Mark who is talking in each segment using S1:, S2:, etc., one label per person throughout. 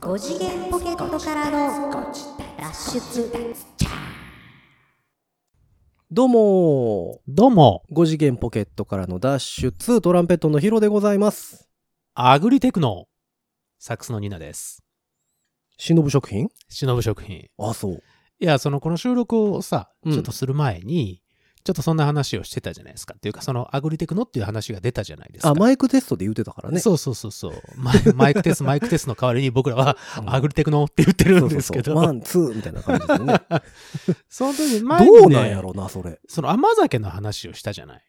S1: 5次元ポケットからの脱出
S2: どうも
S3: どうも、
S2: ー5次元ポケットからのダッシュ2トランペットのヒロでございます
S3: アグリテクノ、サックスのニナです。
S2: 忍食品
S3: 忍ぶ食品。
S2: あそう
S3: いや、その、この収録をさ、
S2: うん
S3: ちょっとする前に、ちょっとそんな話をしてたじゃないですか。っていうか、その、アグリテクノっていう話が出たじゃないですか。
S2: あマイクテストで言ってたからね
S3: そうそうそうそう。マイマイクテス ト、マイクテストの代わりに僕らは、アグリテクノって言って
S2: リ
S3: るんですけど、
S2: ワンツーみたいな感じで ね
S3: その時前に、ね、
S2: どうなんやろなそれ
S3: その甘酒の話をしたじゃない。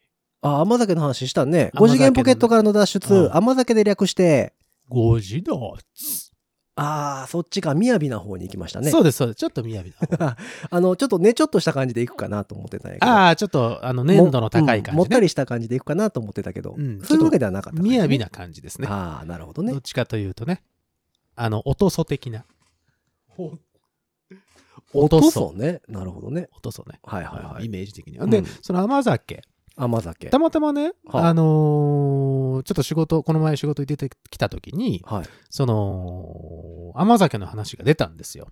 S2: あ甘酒の話したね
S3: 甘
S2: 5
S3: 酒
S2: 次
S3: のね
S2: 元ポケットからの脱出、
S3: うん
S2: 甘酒で略して
S3: 5時だっつ、
S2: あーそっちか雅な方に行きましたね
S3: そうです、そうです。ちょっと雅 だ。
S2: あのちょっとねちょっとした感じで行くかなと思ってたんやけど
S3: ああ、ちょっと、あの、
S2: も
S3: 粘度の高い
S2: うん
S3: 感
S2: もっ
S3: じ
S2: た
S3: ね。
S2: りした感じで行くかなと思ってたけど、
S3: うん
S2: そういうわけではなかった感じね、
S3: 雅な感じですね。
S2: ああなるほど
S3: ど
S2: ね
S3: っちかというとね、あの、おとそ的な。お
S2: 落
S3: と
S2: と
S3: そ。
S2: そうねなるほどね
S3: おとそね。
S2: はいはいは
S3: イ
S2: い。
S3: メージ的には。で、
S2: うん
S3: その甘酒。
S2: 甘酒
S3: た。またまね、
S2: はあ
S3: あのーちょっと仕事、この前仕事に出てきた時に、
S2: はい。
S3: その、甘酒の話が出たんですよ。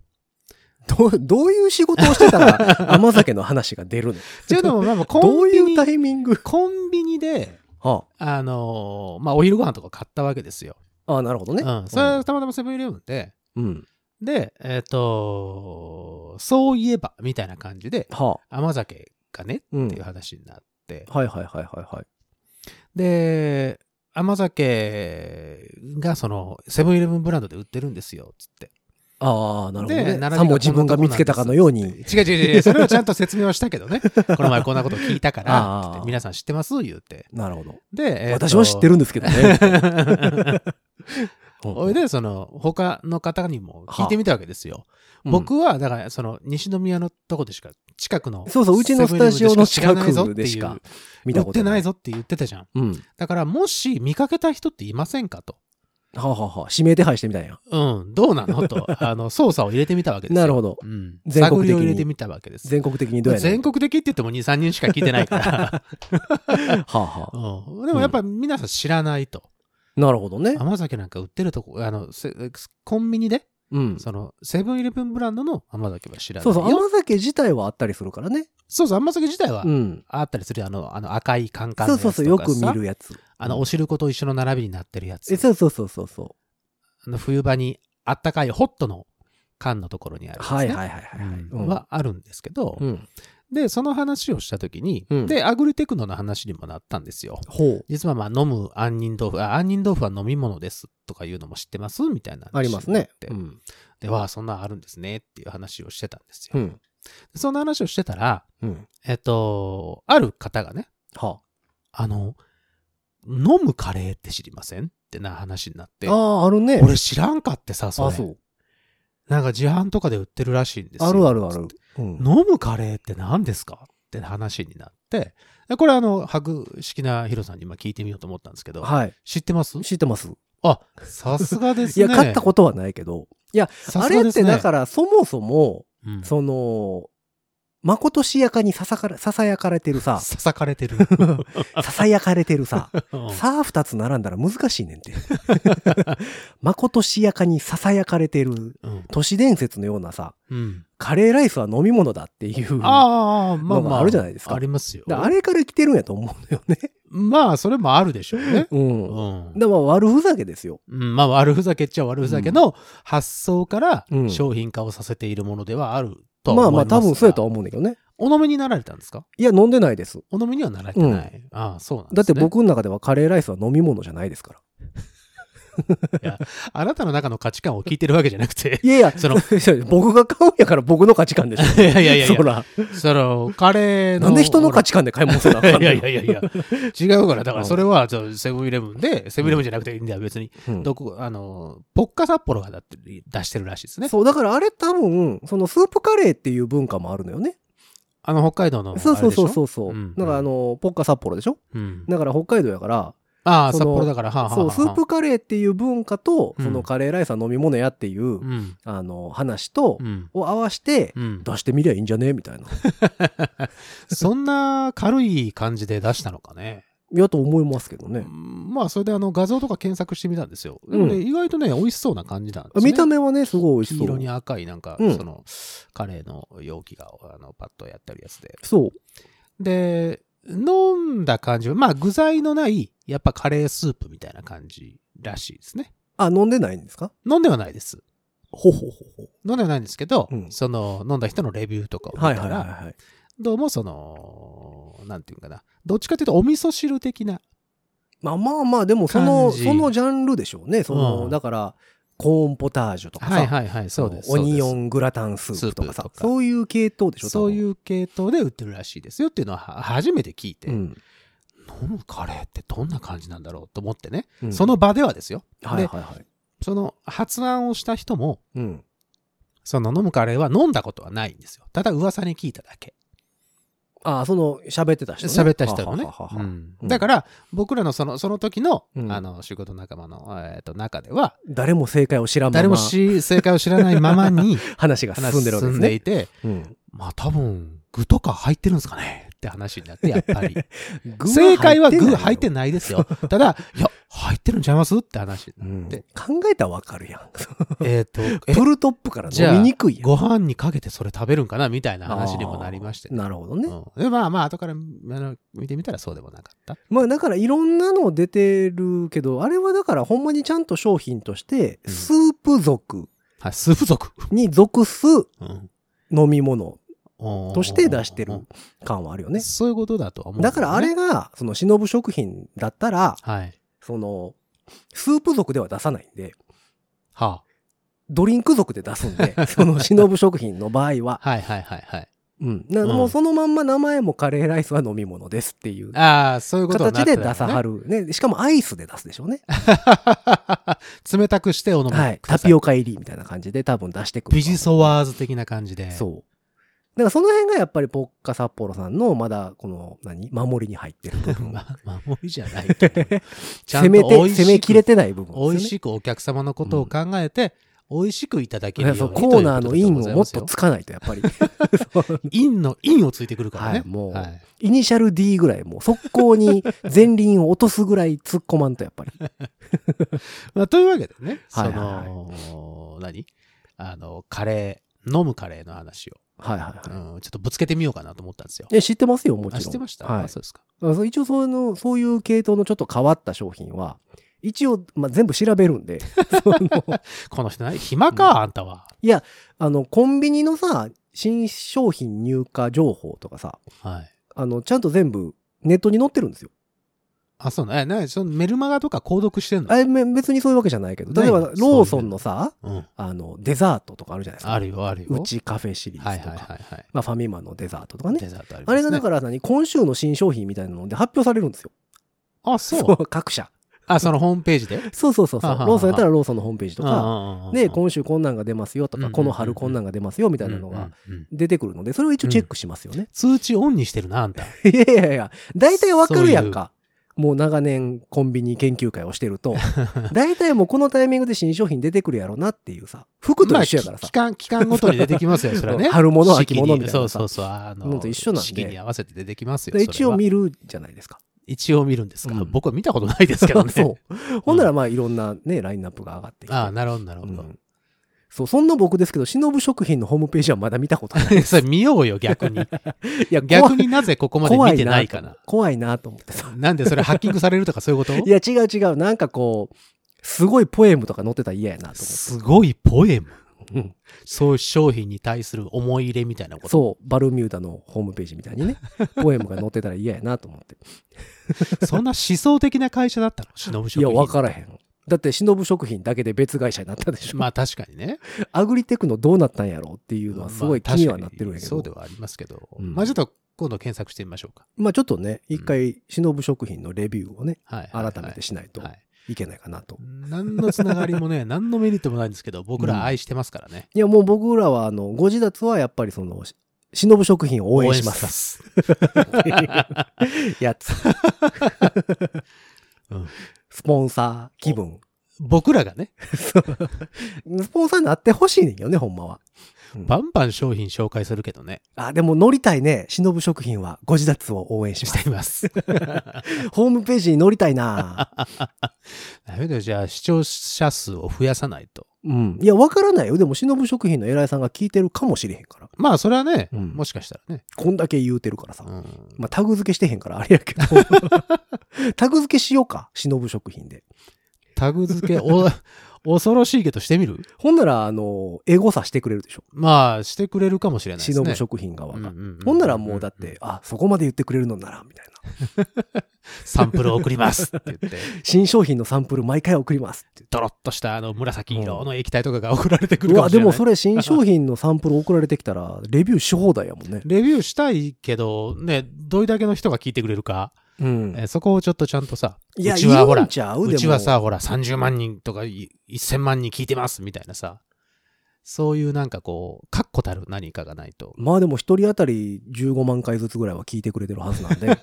S2: どう、どういう仕事をしてた ら甘酒の話が出るの
S3: っていうのも、まあま
S2: ど
S3: あ、コ
S2: う
S3: ンビ
S2: いう
S3: ニ
S2: タ、イミング
S3: コンビニで、
S2: は
S3: あのーまあ、お昼ご飯とか買ったわけですよ。
S2: あ、ああなるほどね。
S3: うん。それはたまたまセブンイレブンで、
S2: うん。
S3: で、えっ、とそういえば、みたいな感じで、
S2: はあ。
S3: 甘酒がね、
S2: うん。
S3: っていう
S2: はい
S3: 話になって、
S2: はいはいはいはい。
S3: で甘酒がそのセブンイレブンブランドで売ってるんですよつって
S2: ああ、なるほど
S3: で
S2: ね。
S3: 並びが
S2: さも自分が見つけたかのように。
S3: 違う違う違うそれはちゃんと説明をしたけどねこの前こんなこと聞いたか
S2: あ
S3: ら
S2: ー
S3: つって皆さん知ってます言って
S2: なるほど。
S3: で、えーと
S2: 私は知って るんですけどね。うん
S3: それでその他の方にも聞いてみたわけですよ、
S2: うん
S3: 僕はだからその西宮のとこでしか近くの
S2: そうそううちのスタジオの近くでしか見
S3: 見
S2: た
S3: たこ
S2: ことと
S3: 売って
S2: な。
S3: ないいぞって言ってたじゃん
S2: うん。
S3: だからもし見かけた人っていませんかと
S2: はあ、はあはあ、指名手配してみたんや。
S3: うん、どうな のと、あの、操作を入れてみたわけですよ。
S2: なるほど
S3: うん。
S2: 全国的に
S3: 探りを入れてみたわけです。
S2: 全国的にどうやねん
S3: 全国的って言っても2、3人しか聞いてない から。
S2: はあ、はあ。
S3: うん、でもやっぱ皆さん知らないと。
S2: なるほどね。
S3: 甘酒なんか売ってるとこ、あの、せコンビニで、
S2: うん。
S3: その、セブンイレブンブランドの甘酒は知らない
S2: そ
S3: よ。
S2: うそう。甘酒自体はあったりするからね。
S3: そうそう甘酒自体は
S2: うん。
S3: あったりするよあの、あの赤いカンカンの
S2: そう
S3: やつ
S2: そ
S3: と
S2: う
S3: かさ。
S2: そう。よく見るやつ。
S3: あの、お汁粉と一緒の並びになってるやつ
S2: え。そうそうそうそうそ
S3: あの冬場にあったかいホットの缶のところにある
S2: う。
S3: やつね。
S2: はいはいはいはいはい。
S3: うんはあるんですけど、
S2: うん。
S3: で、その話をしたときに、
S2: うん
S3: で、アグリテクノの話にもなったんですよ。
S2: ほう。
S3: 実はまあ飲む杏仁豆腐、あ杏仁豆腐は飲み物ですとかいうのも知ってますみたいな話
S2: ありますね。
S3: になってで、わあ、そんなんあるんですねっていう話をしてたんですよ。
S2: うん。
S3: そんな話をしてたら、
S2: うん。
S3: えっと、ある方がね、
S2: は
S3: あの、飲むカレーって知りませんってな話になって、
S2: ああ、あるね。
S3: 俺知らんかってさ、それ。
S2: あ、そう。
S3: なんか自販とかで売ってるらしいんですよ。
S2: あるあるあ
S3: つっ
S2: る
S3: て。
S2: うん
S3: 飲むカレーって何ですかって話になって、でこれあの、白式なヒロさんに今聞いてみようと思ったんですけど、
S2: はい。
S3: 知ってます
S2: 知ってます。
S3: あ、さすがです
S2: い
S3: ね。
S2: や、買ったことはないけど。いや、
S3: と
S2: あれってだから、そもそも、
S3: ら、うん
S2: その、まことしやかにささから、ささやかれてる さ、
S3: ささかれ てる。
S2: ささやかれてるさ、
S3: うん
S2: さあ二つ並んだら難しいねんて。 まことしやかにささやかれてる、
S3: うん
S2: 都市伝説のようなさ、
S3: うん。
S2: カレーライスは飲み物だっていう。
S3: ああ、まあ
S2: の
S3: ま
S2: が
S3: あ。
S2: あるじゃないですか
S3: ありますよ。
S2: だからあれから来てるんやと思うのよね。。
S3: まあ、それもあるでしょ うね
S2: うん。だか
S3: うん。
S2: ら悪ふざけですよ。
S3: うんまあ、悪ふざけっちゃ悪ふざけの発想から
S2: うん
S3: 商品化をさせているものではあるとは
S2: ま
S3: 思
S2: あ
S3: い
S2: ま
S3: ま
S2: あ多
S3: す
S2: 分そうやとは
S3: が
S2: 思うんだけどね。
S3: お飲みになられたんですか
S2: いや、飲んでないです。
S3: お飲みにはなられてない。ああ、そうなん
S2: だ
S3: で
S2: って
S3: すね。
S2: 僕の中ではカレーライスは飲み物じゃないですから。
S3: あなたの中の価値観を聞いてるわけじゃなくて
S2: 。いやいや、
S3: その
S2: 僕が買うんやから僕の価値観でしょ。
S3: いやいやいやいや
S2: そ、ら、
S3: その、カレーの。
S2: なんで人の価
S3: 値
S2: 値観で買い物せなあかんの
S3: いやいやいやいや、違うから、だからそれは、そうセブンイレブンで、セブンイレブンじゃなくていいんだよ、別に。
S2: うん
S3: どこ、あの、ポッカ札幌がだって出してるらしいですね。
S2: そう、だからあれ多分、そのスープカレーっていう文化もあるのよね。
S3: あの、北海道のあれでし
S2: そ
S3: ょ。
S2: うそうそうそうそう。
S3: うん
S2: だからあの、ポッカ札幌でしょ
S3: うん。
S2: だから北海道やから、
S3: ああ、
S2: そ
S3: 札
S2: の
S3: 幌だから、はあ、はあはあ
S2: そう、スープカレーっていう文化と、
S3: うん
S2: そのカレーライスは飲み物やっていう、
S3: うん。
S2: あの、話と
S3: う、ん。
S2: を合わして、
S3: うん、
S2: 出してみりゃいいんじゃねみたいな。
S3: そんな軽い感じで出したのかね。
S2: いやと思いますけどね。
S3: うんまあ、それであの画像とか検索してみたんですよ。
S2: うん
S3: で意外とね、美味しそうな感じなんです、ね。
S2: 見た目はね、すごい美味し
S3: 黄
S2: そ
S3: 色
S2: う。
S3: に赤いなんか、
S2: うん
S3: そのカレーの容器があのパッとやってあるやつで。
S2: そう。
S3: で、飲んだ感じは、まあ具材のない、やっぱカレースープみたいな感じらしいですね。
S2: あ、飲んでないんですか
S3: 飲んではないです。
S2: ほほほほ。
S3: 飲んではないんですけど、
S2: うん
S3: その飲んだ人のレビューとかを見た
S2: はい
S3: ら、
S2: はいはいはい。
S3: どうもその、なんていうかな、どっちかというとお味噌汁的な、
S2: まあまあまあ、でもその、
S3: 感じ
S2: そのジャンルでしょうね。その、
S3: うん
S2: だから、コーンポタージュとかさ、
S3: はいはいはい、そうです。
S2: オニオ
S3: ン
S2: ングラタンスープとかさ
S3: スープとか
S2: そういう系統でしょ。
S3: そういうう系統で売ってるらしいですよっていうのはは初めて聞いて、
S2: 多分
S3: 飲むカレーってどんな感じなんだろうと思ってね、
S2: うん。
S3: そ、の場ではですよ。
S2: はい
S3: で、
S2: はいはい。
S3: その発案をした人も、
S2: うん。
S3: その飲むカレーは飲んだことはないんですよ。ただ噂に聞いただけ。
S2: ああ、その、喋ってた人、ね。
S3: 喋った人のね
S2: ははは。
S3: う
S2: はは
S3: んだから、僕らのその、その時の、
S2: うん
S3: あの、仕事仲間の、えっと、中では、
S2: 誰も正解を知らんまま
S3: 誰もし正解を知らないまま に、
S2: 話が
S3: 話
S2: 進んでるわけで
S3: 進
S2: す
S3: んで
S2: ね
S3: い。て、
S2: うん
S3: まあ多分、具とか入ってるんですかねって話になって、やっぱり。
S2: 具
S3: 正解は具入って
S2: ない
S3: ないですよ。ただ、いや、入ってるんちゃいますっ て話
S2: う
S3: になんっ
S2: 考
S3: て。
S2: えたらわかるやん。
S3: えっと、え
S2: プルトップから
S3: じゃあ
S2: 飲みにくいやん。
S3: ご飯にかけてそれ食べるんかなみたいな話にもなりましてね。
S2: なるほどね。
S3: うんでまあまあ、後からあの見てみたらそうでもなかった。
S2: まあだからいろんなの出てるけど、あれはだからほんまにちゃんと商品として、
S3: うん
S2: スープ族
S3: はい、スープ 族。
S2: に属す
S3: うん
S2: 飲み物と
S3: と
S2: して出してる感はあるよね。
S3: そういうことだとは思うん
S2: だ
S3: です
S2: か
S3: よね、
S2: らあれが、その忍ぶ食品だったら、
S3: はい。
S2: その、スープ族では出さないんで、
S3: は
S2: ドリンク族で出すん で、その忍ぶ食品の場合は
S3: あ、、はいはいはいはい。
S2: うん。な
S3: うん
S2: もうそのまんま名前もカレーライスは飲み物ですっていう
S3: ああ、そういうことにな
S2: 形
S3: っ
S2: で
S3: てたよね
S2: 出さはる。ね。しかもアイスで出すでしょうね。
S3: 冷たくしてお飲みください。
S2: はい。タピオカ入りみたいな感じで多分出してくる。
S3: ビジソワーズ的な感じで。
S2: そう。だからその辺がやっぱりポッカ札幌さんのまだこの何守りに入ってる部分。
S3: ま、守りじゃない けど。 ちゃ
S2: 攻
S3: んと
S2: めて、
S3: 美味しく
S2: 攻めきれてない部分ですよね。
S3: 美味しくお客様のことを考えて、美味しくいただけるように
S2: そう
S3: という
S2: コーナーのインをもっと
S3: つ
S2: つかないとやっ ぱり。
S3: インのインをついてくるからね。
S2: はいもう
S3: はい
S2: イニシャル D ぐらいもう速攻に前輪を落とすぐらい突っ込まんとやっぱ り。
S3: まあ、というわけでね、
S2: は
S3: そ
S2: いはい
S3: の、何あの、カレー、飲むカレーの話を、
S2: はいはいはい。
S3: うんちょっとぶつけてみようかなと思ったんですよ。
S2: え、知ってますよ、もちろ
S3: あ、
S2: ん。
S3: 知ってました、
S2: はい
S3: あ。そうですか。
S2: だからそう一応その、そういう系統のちょっと変わった商品は、一応、まあ、全部調べるんで、 その、
S3: この人何暇か、
S2: うん
S3: あんたは。
S2: あの、コンビニのさ、新商品入荷情報とかさ、
S3: はい。
S2: あの、ちゃんと全部ネットに載ってるんですよ。
S3: あ、そうな、え、な、そのメルマガとか購読してんの
S2: あれ、め別にそういうわけじゃないけど、
S3: な
S2: 例
S3: い
S2: えば、
S3: そういうの
S2: ローソンのさ、
S3: うん。
S2: あの、デザートとかあるじゃないですか。
S3: あるよ、あるよ。
S2: うちカフェシリー
S3: はい
S2: ズと
S3: はい
S2: か。
S3: はいはい。
S2: まあ、ファミマのデザートとかね。
S3: デザートありますね。、
S2: あれがだからら何今週の新商品みたいなので発表されるんですよ。
S3: あ、そう。
S2: 各社。
S3: あ、そのホームページで
S2: そうそうそうそう。
S3: はあはあはあ
S2: ローソンやったらローソンのホームページとか、
S3: か
S2: で、今週こんなんが出ますよと
S3: うんうん
S2: か、
S3: うん
S2: この春こんなんが出ますよみたいなのが出てくるので、それを一応チェックしますよね。
S3: 通知オンにしてるな、あんた。
S2: いやいやいや、大体わかるやんか。もう長年コンビニ研究会をしてる と、大体もうこのタイミングで新商品出てくるやろなっていうさ、服と一緒やからさ
S3: まあ、期間、期間ごとに出てきます よ、それはね。
S2: 春物
S3: 四季に
S2: 秋物みたいなさ
S3: そうそうそう。あの、
S2: のと一緒なんで
S3: 四季に合わせて出てきますよ。
S2: で
S3: それは
S2: 一応見るじゃないですか。
S3: 一応見るんですか、
S2: うん
S3: 僕は見たことないですけ どね。
S2: そう。ほんならまあいろんなね、ラインナップが上がってきて。
S3: ああ、なるほど、なるほ
S2: う
S3: ど。
S2: んそう、そんな僕ですけど、忍食品のホームページはまだ見たことない。
S3: それ見ようよ、逆に。
S2: いや
S3: 逆になぜここまで見てないかな。
S2: 怖いなと思ってさ。
S3: なんでそれハッキングされるとかそういうこと
S2: いや、違う違う。なんかこう、すごいポエムとか載ってたら嫌やなと
S3: すごいポエム。
S2: 思って。
S3: そういう商品に対する思い入れみたいなこと。
S2: そう、バルミューダのホームページみたいに ね、ポエムが載ってたら嫌やなと思って。
S3: そんな思想的な会社だったの忍ぶ
S2: い
S3: 食
S2: や、
S3: 品。
S2: わからへん。だって、忍食品だけで別会社になったでしょ。
S3: まあ確かにね。
S2: アグリテクノどうなったんやろうっていうのはすごい気にはなってるんやけ
S3: まあ確かにそ
S2: ど
S3: うで。はありますけど、
S2: うん
S3: まあちょっと今度検索してみましょうか。
S2: まあちょっとね、一回、忍食品のレビューをね、
S3: はいはいはい
S2: 改めてしないと
S3: はい。
S2: いけないかなと。
S3: 何のつながり もね、何のメリットもないんですけど、僕ら愛してますからね。
S2: いや、もう僕らは、あの、ご自立はやっぱりその、し忍食品を応援します。
S3: す。
S2: やつ。
S3: うん
S2: スポンサー気分。
S3: 僕らがね、
S2: そうスポンサーになってほしいねんけどね、ほんまは。
S3: バンバン商品紹介するけどね、
S2: あ、でも乗りたいね。忍食品はご自立を応援しま
S3: し
S2: す。
S3: ています。
S2: ホームページに乗りたい な
S3: ダメだよ、じゃあ視聴者数を増やさないと。
S2: うん。いや、わからないよ。でも忍食品の偉いさんが聞いてるかもしれへんから。
S3: まあ、それはね、
S2: うん
S3: もしかしたらね。
S2: こんだけ言うてるからさ。
S3: うん
S2: まあ、タグ付けしてへんからあれやけ ど。タグ付けしようか。忍食品で。
S3: タグ付け、お、 恐ろしいけどしてみる
S2: ほんなら、あの、エゴさしてくれるでしょ。
S3: まあ、してくれるかもしれないです
S2: 忍
S3: ね。
S2: 食品側
S3: うん
S2: が
S3: う。んうん
S2: ほんならもうだって、あ、そこまで言ってくれるのなら、みたいな。
S3: サンプルを送りますって言って、
S2: 新商品のサンプル毎回送りますって
S3: ドロッとしたあの紫色の液体とかが送られてくる
S2: う
S3: かも
S2: わ、
S3: し
S2: で
S3: れない。
S2: もそれ新商品のサンプル送られてきた ら、レビューし放題やもんね。
S3: レビューしたいけど、ね、どれだけの人が聞いてくれるか、
S2: うん
S3: え。ーそこをちょっとちゃんとさ、
S2: いや、
S3: う
S2: い
S3: ちはほ
S2: い
S3: ら
S2: ん、ちゃうでも。
S3: うちはさ、ほら、30万人とかい1000万人聞いてますみたいなさ、そういうなんかこう、確固たる何かがないと、
S2: まあでも一人当たり15万回ずつぐらいは聞いてくれてるはずなん で、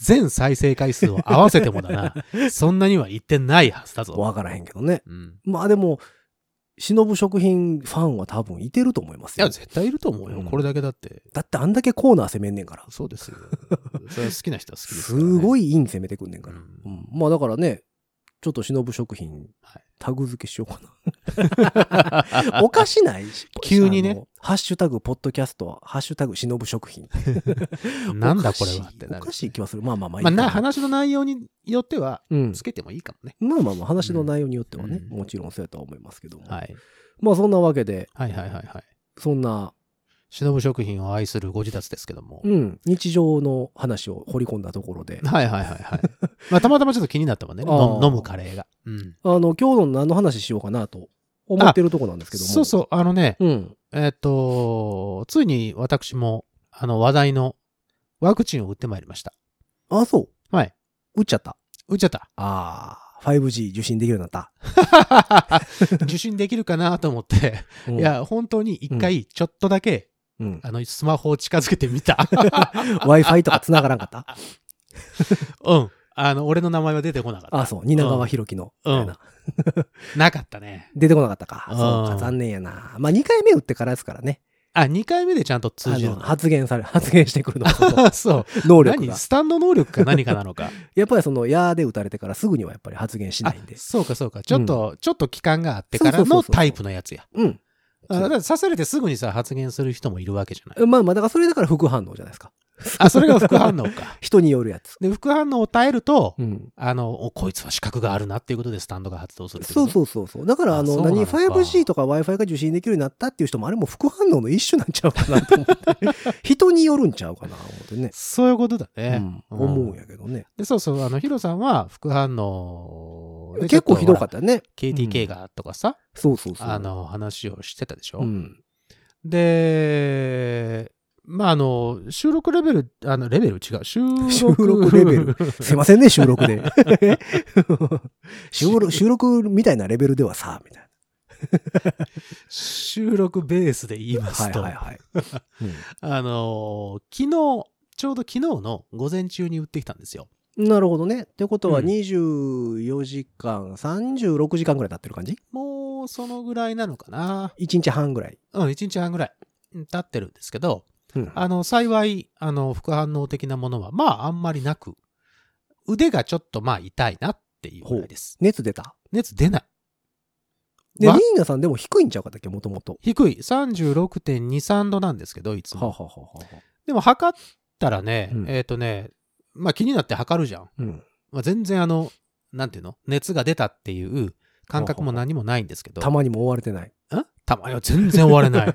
S3: 全再生回数を合わせてもだ な、そんなには言ってないはずだぞ。
S2: わからへんけどね。
S3: うん、
S2: まあでも、忍食品ファンは多分いてると思います
S3: い
S2: よ。
S3: や、絶対いると思うよ、
S2: うん
S3: これだけだって。
S2: だってあんだけコーナー攻めんねんから。
S3: そうですよ。それは好きな人は好きです
S2: す
S3: から、ね。
S2: ご
S3: い。
S2: いイン攻めてくんねんから。
S3: う
S2: うんまあだからね、ちょっと忍食品
S3: はい、
S2: タグ付けしようかな。おかしない
S3: 急にね。
S2: あのハッシュタグ、ポッドキャスト、ハッシュタグ、忍食品。
S3: なんだこれはって
S2: お
S3: なる。
S2: かしい気はする。まあまあまあいい
S3: まあ、
S2: かな
S3: な話の内容によっては、
S2: うん
S3: つけてもいいかもね。
S2: まあまあまあ話の内容によってはね、
S3: うん
S2: もちろんそうやとは思いますけども。
S3: はい。
S2: まあそんなわけで、
S3: はいはいはいはい。
S2: そんな、
S3: 忍食品を愛するご自達ですけども。
S2: うん、日常の話を掘り込んだところ で、
S3: はいはいはいはい。まあ、たまたまちょっと気になったもんね。
S2: あー
S3: の飲むカレーが。うん。
S2: あの、今日の何の話しようかなと思ってるとこなんですけども。
S3: そうそう、あのね、
S2: う。うん。
S3: えっ、と、ついに私も、あの話題のワクチンを打ってまいりました。
S2: あ、そう。
S3: はい。
S2: 打っちゃった。
S3: 打っちゃ った。
S2: ああ、5G 受信できるようになった。
S3: 受信できるかなと思って、
S2: うん
S3: い、や、本当に一回、ちょっとだけ、
S2: うん。
S3: あの、スマホを近づけてみた。
S2: Wi-Fi とか繋がらんかった
S3: うん。あの、俺の名前は出てこなかった。
S2: あそう。蜷川博樹の。みたいな
S3: なかったね。
S2: 出てこなかったか。
S3: うん
S2: そうか、残念やな。まあ、2回目打ってからですからね。
S3: あ、2回目でちゃんと通
S2: あ
S3: じる
S2: の
S3: の。
S2: 発言され、 発言してくるの。そ の
S3: そう。
S2: 能力
S3: 何
S2: が。
S3: スタンド能力か何かな のか。
S2: やっぱりその、やーで打たれてからすぐにはやっぱり発言しないんで
S3: あ。そうかそうか。ちょっと、ちょっと期間があってから
S2: そうそうそう
S3: の
S2: そう
S3: タイプのやつや。
S2: うん。
S3: あだから刺されてすぐにさ、発言する人もいるわけじゃない。
S2: まあまあ、だからそれだから副反応じゃないですか。
S3: あ、それが副反応か。
S2: 人によるやつ。
S3: で、副反応を耐えると、
S2: うん。
S3: あの、おこいつは資格があるなっていうことでスタンドが発動するってこ
S2: そう
S3: と
S2: そうそうそう。だから、あ
S3: あ
S2: の、
S3: そうな
S2: 何、
S3: のか
S2: 5G とか Wi-Fi が受信できるようになったっていう人も、あれも副反応の一種なんちゃうかなと思っ て。人によるんちゃうかな、思ってね。
S3: そういうことだ
S2: う
S3: ね。
S2: ん。思うんやけどね。
S3: で、そうそう、あの、ヒロさんは副反応で
S2: 結構ひどかっ
S3: ち
S2: たね。
S3: ょっとほら KTK がとかさ、
S2: そうそうそう。
S3: あ、の、話をしてたでしょ。
S2: うん。
S3: で、まあ、あの、収録レベル、あの、レベル違う。収録
S2: 収録レベル。すいませんね、収録 で。収録、収録みたいなレベルではさ、みたい
S3: 収録ベースで言い
S2: な。
S3: ま
S2: は
S3: す
S2: い
S3: と、
S2: はいはい。
S3: あの、昨日、ちょうど昨日の午前中に打ってきたんですよ。
S2: うんなるほどね。ってことは
S3: うん
S2: 24時間、36時間ぐらい経ってる感じ
S3: もう、そのぐらいなのかな。
S2: ?1 日半ぐらい。
S3: うん、1日半ぐらいうん経ってるんですけど、
S2: うん
S3: あの、幸い、あの、副反応的なものは、まあ、あんまりなく、腕がちょっと、まあ、痛いなっていうぐらいです。
S2: 熱出た
S3: 熱出ない。
S2: で、リー
S3: わ
S2: ナさんでも低いんちゃうかったっけもともと。
S3: 低い。36.2、3度なんですけど、いつ
S2: は
S3: も。
S2: はは
S3: でも、測ったらね、
S2: うん
S3: えっ、とね、まあ、気になって測るじゃん。
S2: うん。
S3: まあ、全然、あの、なんていうの熱が出たっていう感覚も何もないんですけど、
S2: たまにも追われてない。
S3: んたまには全然追わ れない。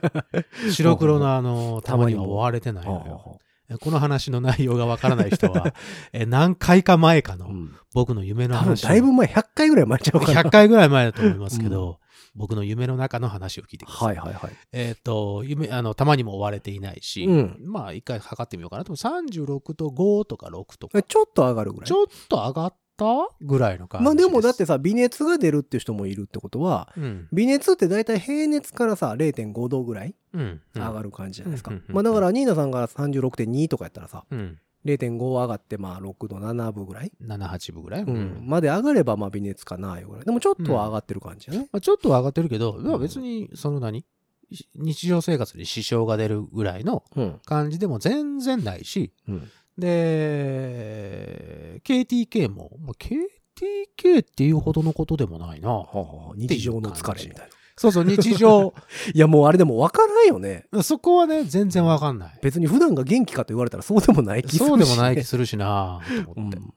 S3: 白黒のあの、た
S2: た
S3: ま
S2: ま
S3: に
S2: にも
S3: は追われてない
S2: は
S3: の
S2: は
S3: よ。
S2: は
S3: えこの話の内容がわからない 人は、え何回か前か
S2: う
S3: の
S2: ん
S3: 僕の夢の
S2: 多分
S3: 話を。
S2: だいぶ前、100回ぐらい前ちゃうかな。
S3: 100回ぐらい前だと思いますけど、僕の夢の中の話を聞いてくださ
S2: は
S3: い。
S2: いはいはい。
S3: えっ、と、夢、あの、たまにも追われていないし、
S2: うん
S3: まあ一回測ってみようかなと。36と5とか6とか
S2: え、ちょっと上がるぐらい
S3: ち。ょっと上がったぐらいの感じ
S2: まあでもだっ
S3: す
S2: て、さ、微熱が出るっていう人もいるってことは、
S3: うん、
S2: 微熱って大体平熱からさ、0.5度ぐらい
S3: うん、うん
S2: 上がる感じじゃないですか
S3: うんうん。うん
S2: まあだから、ニーナさんが36.2とかやったらさ、
S3: うん、
S2: 0.5上がって、まあ、6度、7分ぐらい、
S3: 7、8分ぐらい。
S2: うんまで上がれば、まあ、微熱かな、いうぐらい。でも、ちょっとは上がってる感じやね。
S3: まあ、ちょっとは上がってるけど、まあ
S2: うん
S3: 別に、その何し日常生活に支障が出るぐらいの
S2: うん。
S3: 感じでも全然ないし、
S2: うん。
S3: で、KTK も、まあ KTK っていうほどのことでもないな。
S2: 日常の疲れみたいな。
S3: そうそう、日 常。
S2: いや、もうあれでも分からんよね。
S3: そこはね、全然わかんない。
S2: 別に普段が元気かと言われたらそうでもない気するし、ね。
S3: そうでもない気
S2: です
S3: るしなと思って。
S2: うん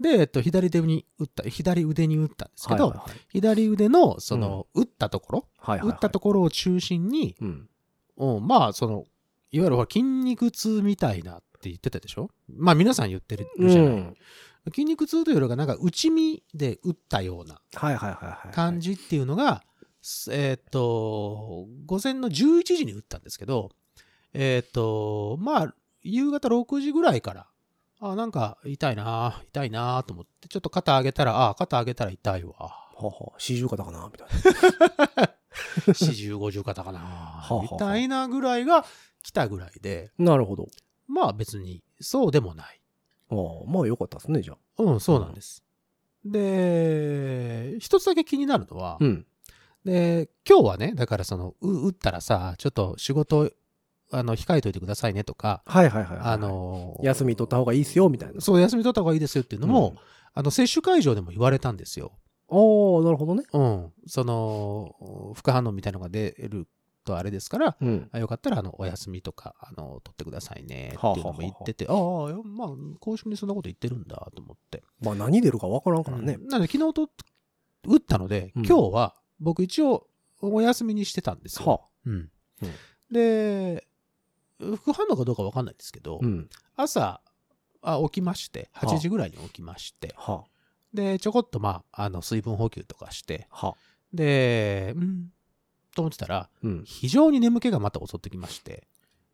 S3: で、えっと、左手に打った、左腕に打ったんですけど、
S2: はいはいはい
S3: 左腕の、その、打ったところ、
S2: はいはいはい
S3: 打ったところを中心に、
S2: うん。
S3: うん、まあ、その、いわゆるほら筋肉痛みたいなって言ってたでしょまあ、皆さん言ってる
S2: う
S3: じゃない。
S2: ん。
S3: 筋肉痛というよりか、なんか、内身で打ったような
S2: はいはいはいはい。
S3: 感
S2: じ。
S3: じっていうのが、すえーっ、と、午前の11時に打ったんですけど、えーっ、と、まあ、夕方6時ぐらいから、あ、なんか痛いな痛いなと思って、ちょっと肩上げたら、あ、肩上げたら痛いわ。
S2: はは、四十肩かなみたいな。
S3: 40、50肩かな
S2: あはあ
S3: みたいなぐらいが来たぐらいで、
S2: なるほど。
S3: まあ別に、そうでもない。
S2: ああ、まあよかったですね、じゃあ。
S3: うん、そうなんです。で、一つだけ気になるのは、
S2: うん。
S3: で、今日はね、だからその、う打ったらさ、ちょっと仕事、あの、控えといてくださいねとか、
S2: はいはいはいはい。
S3: あ、のー
S2: 休み取った方がいいっすよ、みたいな。
S3: そう、休み取った方がいいですよっていうのも、
S2: うん
S3: あの、接種会場でも言われたんですよ。
S2: ああ、なるほどね。
S3: うん。その、副反応みたいのが出るとあれですから、
S2: うん。
S3: あよかったら、あの、お休みとか、あの、取ってくださいね、っていうのも言ってて、ああ、まあ、公式にそんなこと言ってるんだと思って。
S2: まあ何出るかわからんからね。
S3: うんなので、昨日と、打ったので、
S2: うん
S3: 今日は、僕一応、お休みにしてたんですよ。
S2: はあ。
S3: うん
S2: うん
S3: で、副反応かどうかわかんないですけど、
S2: うん。
S3: 朝あ、起きまして、
S2: あ
S3: 8時ぐらいに起きまして、
S2: は
S3: で、ちょこっと、まあ、あの、水分補給とかして、
S2: あ。はあ。
S3: で、うん、と思ってたら、
S2: うん。
S3: 非常に眠気がまた襲ってきまして、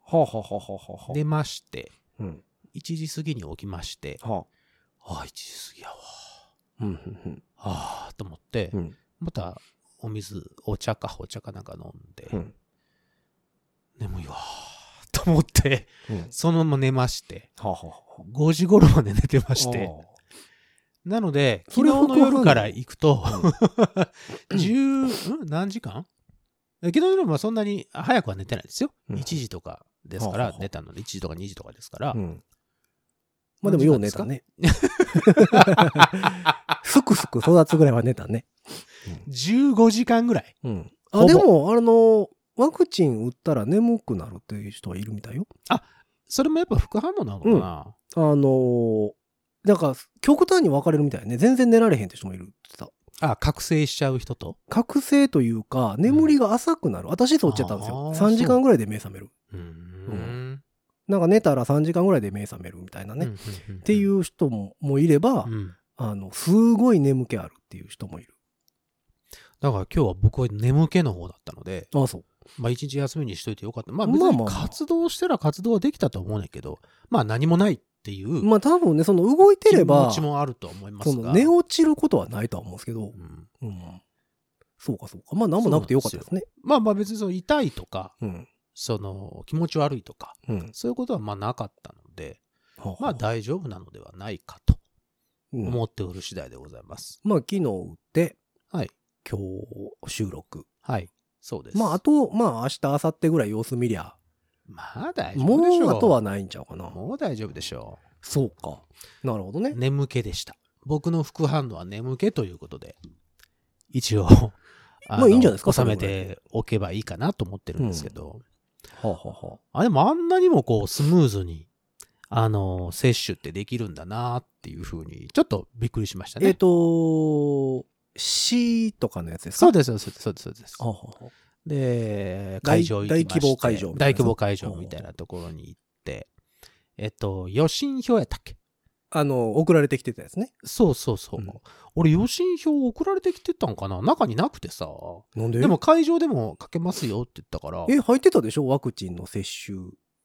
S2: はあはあはあはあはあ。
S3: 出、まして、
S2: うん。
S3: 1時過ぎに起きまして、
S2: は
S3: ああ、1時過ぎやわ。
S2: あ。うん。うん。
S3: ああ、と思って、
S2: うん。
S3: また、お水、お茶か、お茶かなんか飲んで、
S2: うん。
S3: 眠いわ。と思って、
S2: うん。は
S3: そのまま寝まして、
S2: あはあはあ。
S3: 5時頃まで寝てまして。なので、
S2: そ
S3: 昨
S2: れ
S3: 日の夜から行くと
S2: 反応、
S3: 十、ん何時間え昨日の夜もそんなに早くは寝てないですよ。
S2: うん
S3: 1時とかですか
S2: はあ
S3: ら
S2: は、あ
S3: 寝たので、1時とか2時とかですから
S2: う。ん。まあでもよう寝たね。 すくすく育つぐらいは寝たね。
S3: 15時間ぐらい。
S2: うん。
S3: ほ
S2: あ、
S3: ぼ
S2: でも、あの、ワクチン打ったら眠くなるっていう人はいるみたいよ。
S3: それもやっぱ副反応なのかな、
S2: あの、なんか、極端に分かれるみたいね。全然寝られへんって人もいるってさ。
S3: あ、覚醒しちゃう人と。
S2: 覚醒というか、眠りが浅くなる。私そうっちゃったんです
S3: あ
S2: よ。
S3: ー
S2: 3時間ぐらいで目覚める。
S3: うー。
S2: うんなんか寝たら3時間ぐらいで目覚めるみたいなね。
S3: うん。っ
S2: っていうう人ももういれば、
S3: ん。うん
S2: あの、すごい眠気あるっていう人もいる。
S3: だから今日は僕は眠気の方だったので、
S2: あ、そう。
S3: まあ一日休みにしといてよかった。まあ
S2: ま
S3: 別
S2: あまあ
S3: に活動したら活動はできたと思うねんけど、まあ何もないっていう
S2: まあ多分ね、その動いて
S3: 気
S2: れば
S3: 持ち、もあると思います
S2: そ
S3: が。
S2: の寝落ちることはないとは思うんですけど
S3: う、ん
S2: うん。そうかそうか。まあ何もなくてよかったですね。
S3: まあまあ別にその痛いとか、
S2: うん。
S3: その気持ち悪いとか、
S2: うん。
S3: そういうことはまあなかったので、ま
S2: ま
S3: あ
S2: あ、
S3: 大丈夫なのではないかと
S2: うん
S3: 思っておる次第でございます。
S2: まあ昨日打って、
S3: はい。
S2: 今日収録。
S3: はい。そうです。
S2: まああと、まあ明日、明後日ぐらい様子見りゃ、
S3: まあ大丈
S2: も
S3: 夫でしょう。
S2: うあとはないんちゃうかな。
S3: もう大丈夫でしょ
S2: そうか。なるほど
S3: う。
S2: ね。
S3: 眠気でした。僕の副反応は眠気ということで、一応、あ
S2: まあいいんじゃないですか
S3: 収め
S2: それぐらい
S3: ておけばいいかなと思ってるんですけど、
S2: はあ、はあは
S3: あ、でもあんなにもこうスムーズに、あの、接種ってできるんだなっていうふうに、ちょっとびっくりしました
S2: あ、え
S3: ね。
S2: っ、と、C とかのやつですか
S3: そう
S2: で
S3: です、そうです、そうですそうです
S2: は。あ、はあはあ
S3: で、
S2: 大
S3: 会場行きまし
S2: 大規
S3: て
S2: 模会場みたいな
S3: 大規模会場みたいなところに行って、えっと、予診票やったっけ
S2: あの、送られてきてたやつね。
S3: そうそうそう。
S2: うん
S3: 俺、予診票送られてきてたんかな中になくてさ。
S2: なんで
S3: でも、会場でもかけますよって言ったから、
S2: え、入ってたでしょワクチンの接種、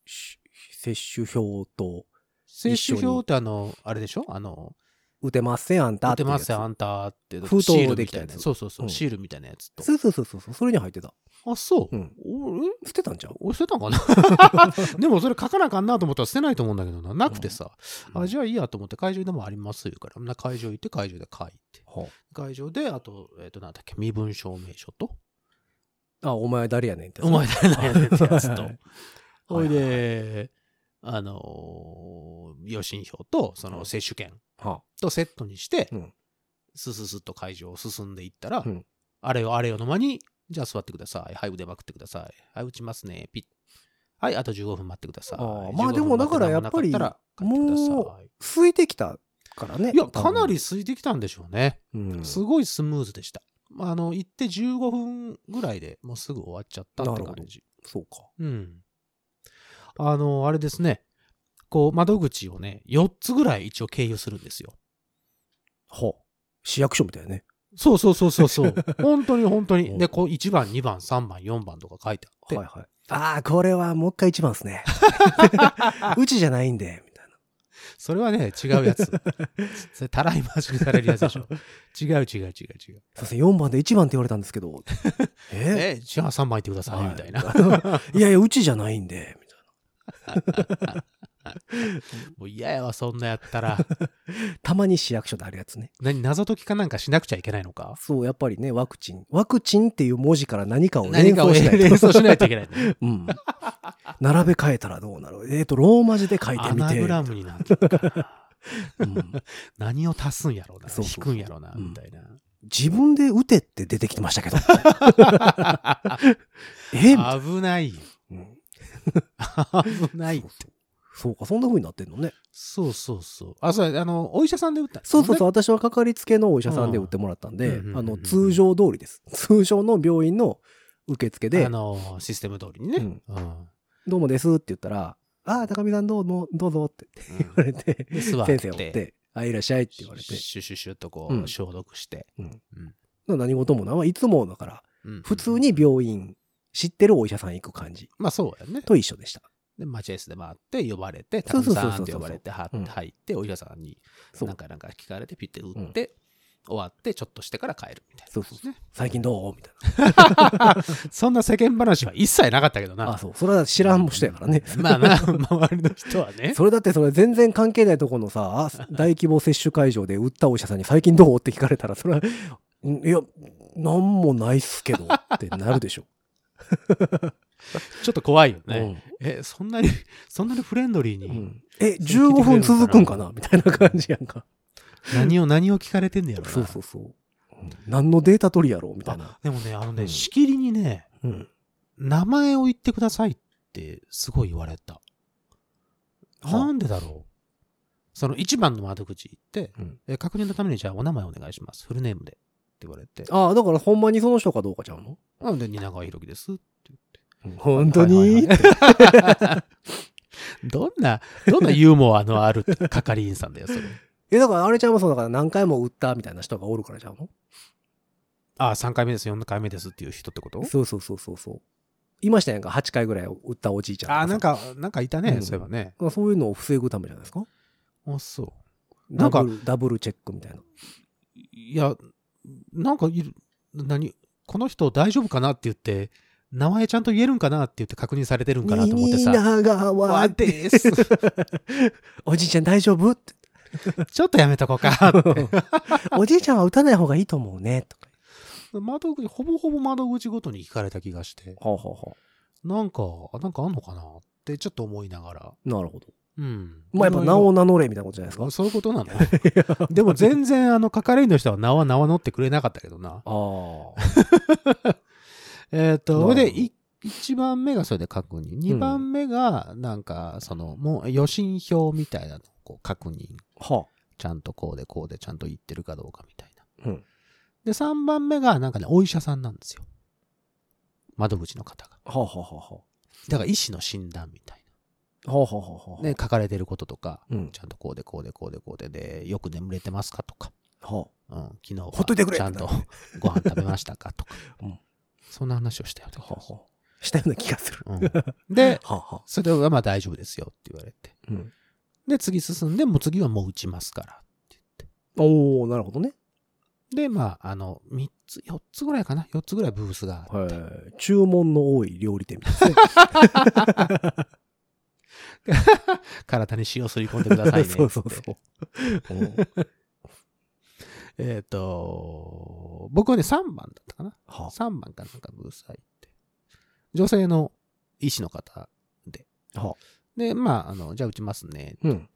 S2: し接種表と、
S3: 接種
S2: 一緒に
S3: 票ってあの、あれでしょあの、
S2: 打てません、あんた
S3: 当
S2: って
S3: て
S2: いうや
S3: ま
S2: つ。
S3: すよ、あんたって。
S2: 封筒
S3: シールみたい
S2: できた
S3: な
S2: やつ
S3: そうそうそう、
S2: うん
S3: シールみたいなやつと。
S2: そうそうそうそう、それに入ってた。
S3: あ、そう。
S2: うん
S3: おえ
S2: 捨てたんちゃう
S3: 俺捨てたんかな でもそれ書かなあかんなと思ったら捨てないと思うんだけどな。なくてさ、
S2: うん
S3: あじゃあいいやと思って会場でもありますよから、な会場行って会場で書いて。会場で、あと、えっ、と、なんだっけ、身分証明書と、
S2: あ、お前誰やねんって。
S3: お前誰なんやねんってやつ と
S2: はい。
S3: ほいで、あのー予診票と、その接種券
S2: は
S3: とセットにして
S2: うん、
S3: スススッと会場を進んでいったら
S2: うん、
S3: あれよあれよの間に、じゃあ座ってください。はい、腕まくってください。はい、打ちますね。ピッ。はい、あと15分待ってください。
S2: あーまあ
S3: 15分
S2: でもだからやっぱり
S3: 待てなかたら帰ってください
S2: 空いてきたからね。
S3: いや、かなり空いてきたんでしょうね。
S2: 多分、うん
S3: すごいスムーズでした。まああの、行って15分ぐらいでもうすぐ終わっちゃったって
S2: なる
S3: 感
S2: ほど
S3: じ。
S2: そうか。
S3: うん。あの、あれですね。こう、窓口をね、4つぐらい一応経由するんですよ。
S2: はあ市役所みたいなね。
S3: そうそうそうそう そう。本当に本当
S2: う
S3: に。
S2: ん
S3: で、こう、1番、2番、3番、4番とか書いてあって。
S2: はいはい。ああ、これはもう一回一番です ね。 うちじゃないんで、みたいな。
S3: それはね、違う やつ。それ、たらい回しにされるやつでしょ。違う違う違う違う。
S2: すいません、4番で1番って言われたんですけ ど。え
S3: え、じゃあ3番行ってください、みたいな。
S2: はい。いやいや、うちじゃないんで、みたい
S3: もう嫌やわ、そんなやったら。
S2: な。たまに市役所であるやつね。
S3: 何、謎解きかなんかしなくちゃいけないのか
S2: そう、やっぱりね、ワクチン。ワクチンっていう文字から何かを連
S3: 何かを
S2: 想しないと
S3: 連 想しないといけない。
S2: うん。並べ替えたらどうなるえっ、と、ローマ字で書いて
S3: ア
S2: み
S3: ナ
S2: て。
S3: グラムにな ってるから。
S2: うん
S3: 何を足すんやろうな、
S2: そうそうそ
S3: 引
S2: う
S3: くんやろうな、
S2: うん
S3: みたいな。
S2: 自分で打てって出てきてました けど。 えみたいな
S3: 危ない。
S2: うん
S3: 危ない。
S2: そうか、そんな風になってんのね。
S3: そうそうそう。あ、そう、あの、お医者さんで打ったんです
S2: そ
S3: よ
S2: う
S3: ね
S2: そうそう、私はかかりつけのお医者さんで打ってもらったんで、
S3: うん
S2: あ
S3: う
S2: の、
S3: ん
S2: 通常通りです。通常の病院の受付で
S3: あ、の、システム通りにね。
S2: うん
S3: うん
S2: どうもですって言ったら、ああ、高見さんどうも、どうぞって言われて、
S3: で座って
S2: 先生を追って、あ、いらっしゃいって言われて、
S3: シュシュシュッとこ
S2: うん
S3: う、消毒して。
S2: 何事もな、まあいつもだから、
S3: うん
S2: 普通に。病院、知ってるお医者さん行く感じ
S3: まあそうやね。
S2: と一緒でした。
S3: で、待合室で回って、呼ばれて、
S2: そ
S3: た
S2: うそ
S3: く
S2: うそうそう
S3: さんって呼ばれて、は
S2: うん
S3: 入って、お医者さんに、
S2: そう
S3: なんかなんか聞かれて、ピッて打って、終わって、ちょっとしてから帰るみたいな。
S2: そうそうそう。最近どうみたい
S3: そんな世間話は一切なかったけど
S2: な。
S3: な
S2: あ、。そう。それは知らん人やからね。
S3: まあな、周りの人はね。
S2: それだってそれ全然関係ないとこのさ、あ大規模接種会場で打ったお医者さんに最近どうって聞かれたら、それは、んいや、なんもないっすけどってなるでし ょ。
S3: ちょっと怖いよ
S2: う
S3: ね。え、そんなに、そんなにフレンドリー
S2: んう
S3: に、
S2: んえ、15分続くんかなみたいな感じやんか。
S3: 何を何を聞かれてんねやろな。
S2: そうそうそう。何のデータ取りやろうみたいな。
S3: でもね、あのね、
S2: うん
S3: しきりにね、
S2: うん。
S3: 名前を言ってくださいってすごい言われた。
S2: はあ
S3: なんでだろう。その一番の窓口行って、
S2: うん
S3: え確認のためにじゃあお名前お願いします。フルネームで。って言われて。
S2: ああ、だからほんまにその人かどうかちゃうの
S3: なんで、蜷川博樹です。
S2: 本当に
S3: はいどんな、 どんなユーモアのある係員さんだよ、それ。
S2: え、だからあれちゃんもそうだから何回も打ったみたいな人がおるからちゃうの
S3: ああ、3回目です、4回目ですっていう人ってこと
S2: そうそうそうそうそう。いましたやんか、8回ぐらい打ったおじいちゃんと
S3: あ
S2: さ
S3: あ、なんか、なんかいたね、
S2: うん
S3: そういえばね。
S2: まあそういうのを防ぐためじゃないですか
S3: あそ
S2: ダブ
S3: な
S2: ルダブルチェックみたいな。
S3: う。いや、なんかいる、何、この人大丈夫かなって言って、名前ちゃんと言えるんかなって言って確認されてるんかなと思ってさ。
S2: 蜷川
S3: わ
S2: って、
S3: です。
S2: おじいちゃん大丈夫って
S3: ちょっとやめとこうかって。
S2: おじいちゃんは打たない方がいいと思うね。とか。
S3: 窓口、ほぼほぼ窓口ごとに聞かれた気がして、
S2: ははは
S3: なんか、あなんかあんのかなってちょっと思いながら。
S2: なるほど。
S3: うん。
S2: まあ、やっぱ名を名乗れみたいなことじゃないですか。
S3: そういうことなのでも全然、あの、係員の人は名は名は乗ってくれなかったけどな。
S2: あ
S3: えっ、と、
S2: なる
S3: ほ
S2: ほど
S3: いで、い一番目がそれで確認。二番目が、なんか、その、もう、予診票みたいなのをこう確認。
S2: あ。は
S3: ちゃんとこうでこうでちゃんと言ってるかどうかみたいな。
S2: あ。うん。
S3: で、三番目が、なんかね、お医者さんなんですよ。窓口の方が。
S2: はあはあはあは
S3: だから、医師の診断みたい
S2: あ。はあはあはあはあ。
S3: な。ね、書かれてることとか、
S2: うん。
S3: ちゃんとこうでこうでこうでこうでで、よく眠れてますかとか。
S2: は
S3: うん、昨日は
S2: ほっといてくれ
S3: ちゃんと
S2: ってな
S3: ご飯食べましたかとか、
S2: うん
S3: そんな話をしたよ
S2: あ。はあはあ。したような気がする。
S3: うん、で
S2: はあはあ。
S3: それはまあ大丈夫ですよって言われて
S2: うん。
S3: で次進んでもう次はもう打ちますからって言って
S2: おー、なるほどね。
S3: で、まあ、あの、3つ、4つぐらいかな ?4 つぐらいブースがあって。
S2: はい。注文の多い料理店ですね。
S3: 体に塩すり込んでください ね。
S2: そうそう
S3: つ
S2: そ
S3: っ
S2: う
S3: て。えっ、と、僕はね、3番だったかな
S2: は
S3: ?3 番かなんかブース入って。女性の医師の方。
S2: は
S3: で、まあ、あの、じゃあ打ちますね。
S2: うん。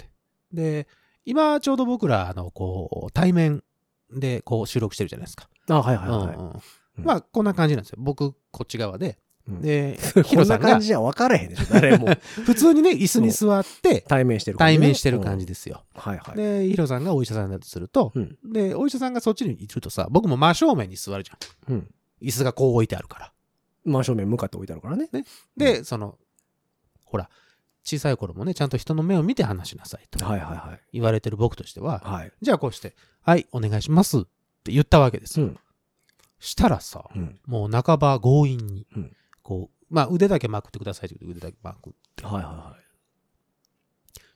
S3: で、今ちょうど僕ら、あの、こう、対面でこう収録してるじゃないですか。
S2: あ、はいはいはい。
S3: うんうん
S2: うん
S3: まあ、こんな感じなんですよ。僕、こっち側で。
S2: うん
S3: で、ヒ
S2: こ
S3: ロ
S2: ん
S3: さ
S2: なん
S3: が
S2: 感じじゃ分からへんでしょ、誰も。
S3: 普通にね、椅子に座って、
S2: 対面してる感じ
S3: 対
S2: ね、
S3: 面してる感じ
S2: で。
S3: ですよ。
S2: はいはい。
S3: で、ヒロさんがお医者さんだとすると、
S2: うん。
S3: で、お医者さんがそっちにいるとさ、僕も真正面に座るじゃ
S2: うん。
S3: ん。椅子がこう置いてあるから。
S2: 真正面向かって置いてあるからね。
S3: で、その、ほら、小さい頃もね、ちゃんと人の目を見て話しなさいと
S2: はいはいはい。
S3: 言われてる僕としては、
S2: はい。
S3: じゃあこうして、はい、お願いしますって言ったわけです
S2: う
S3: よ。
S2: ん。
S3: したらさ、
S2: うん。
S3: もう半ば強引に
S2: うん、
S3: こう、まあ腕だけまくってくださいって言うと腕だけまくって。
S2: はいはいは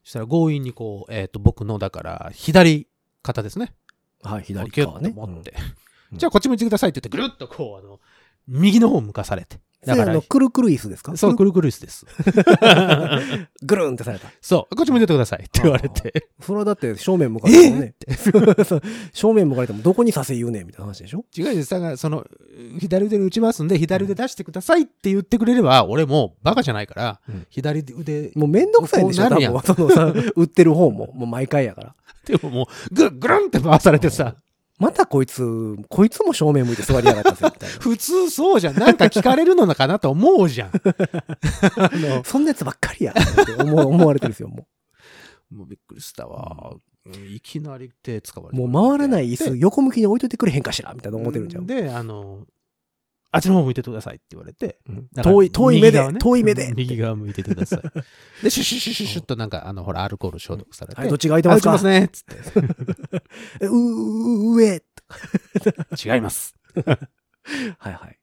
S3: そしたら強引にこう、えっ、と、僕の、だから、左肩ですね。
S2: い。はい、左
S3: キュ
S2: 側
S3: ッと
S2: ね。
S3: 持って。
S2: うん
S3: じゃあこっち向いてくださいって言って、ぐるっとこう、あの、右の方向かされて。
S2: だ
S3: だ
S2: か、
S3: から
S2: あ
S3: ら
S2: の、、くるくる椅子ですか
S3: そう、
S2: く
S3: く
S2: る
S3: るくる椅子です。
S2: ぐるんってされた。
S3: そう、こっち向いててくださいって言われて。
S2: それはだって正面向かってもね。そう 正面向かれてもどこにさせ言うねんみたいな話でしょ
S3: 違うです。だから、その、左腕で打ちますんで、左腕出してくださいって言ってくれれば、俺もうバカじゃないから
S2: うん、
S3: 左腕、
S2: もうめんどくさいんでしょ
S3: こう
S2: 多
S3: なるやん
S2: 分、そのさ、売ってる方も、もう毎回やから。
S3: でももう、ぐる、ぐるんって回されてさ、
S2: またこいつ、こいつも正面向いて座りやがったぜ、みたい
S3: 普通そうじゃん。なんか聞かれるのかなと思うじゃん。あ
S2: な。
S3: の、
S2: そんなやつばっかりや、って思う思われてるんですよ、も
S3: もうびっくりしたわ。うんいきなり手使わ
S2: う。
S3: れて
S2: もう回らない椅
S3: で
S2: 子、横向きに置いといてくれへんかしらみたいな思ってるんちゃう
S3: で、あの、あっちの方向いててくださいって言われて、
S2: うん
S3: だから
S2: 遠い、遠い目
S3: 右
S2: で
S3: 側、ね
S2: 遠い目で。
S3: 右側向いててください。で、シュシュシュシュシュっとなんか、あの、ほら、アルコール消毒されて。
S2: はい、どっちが空いて
S3: あ
S2: ま
S3: 打
S2: す
S3: ち
S2: か
S3: ますね。つっ
S2: えう、う、う上。
S3: て違います。
S2: はいはい。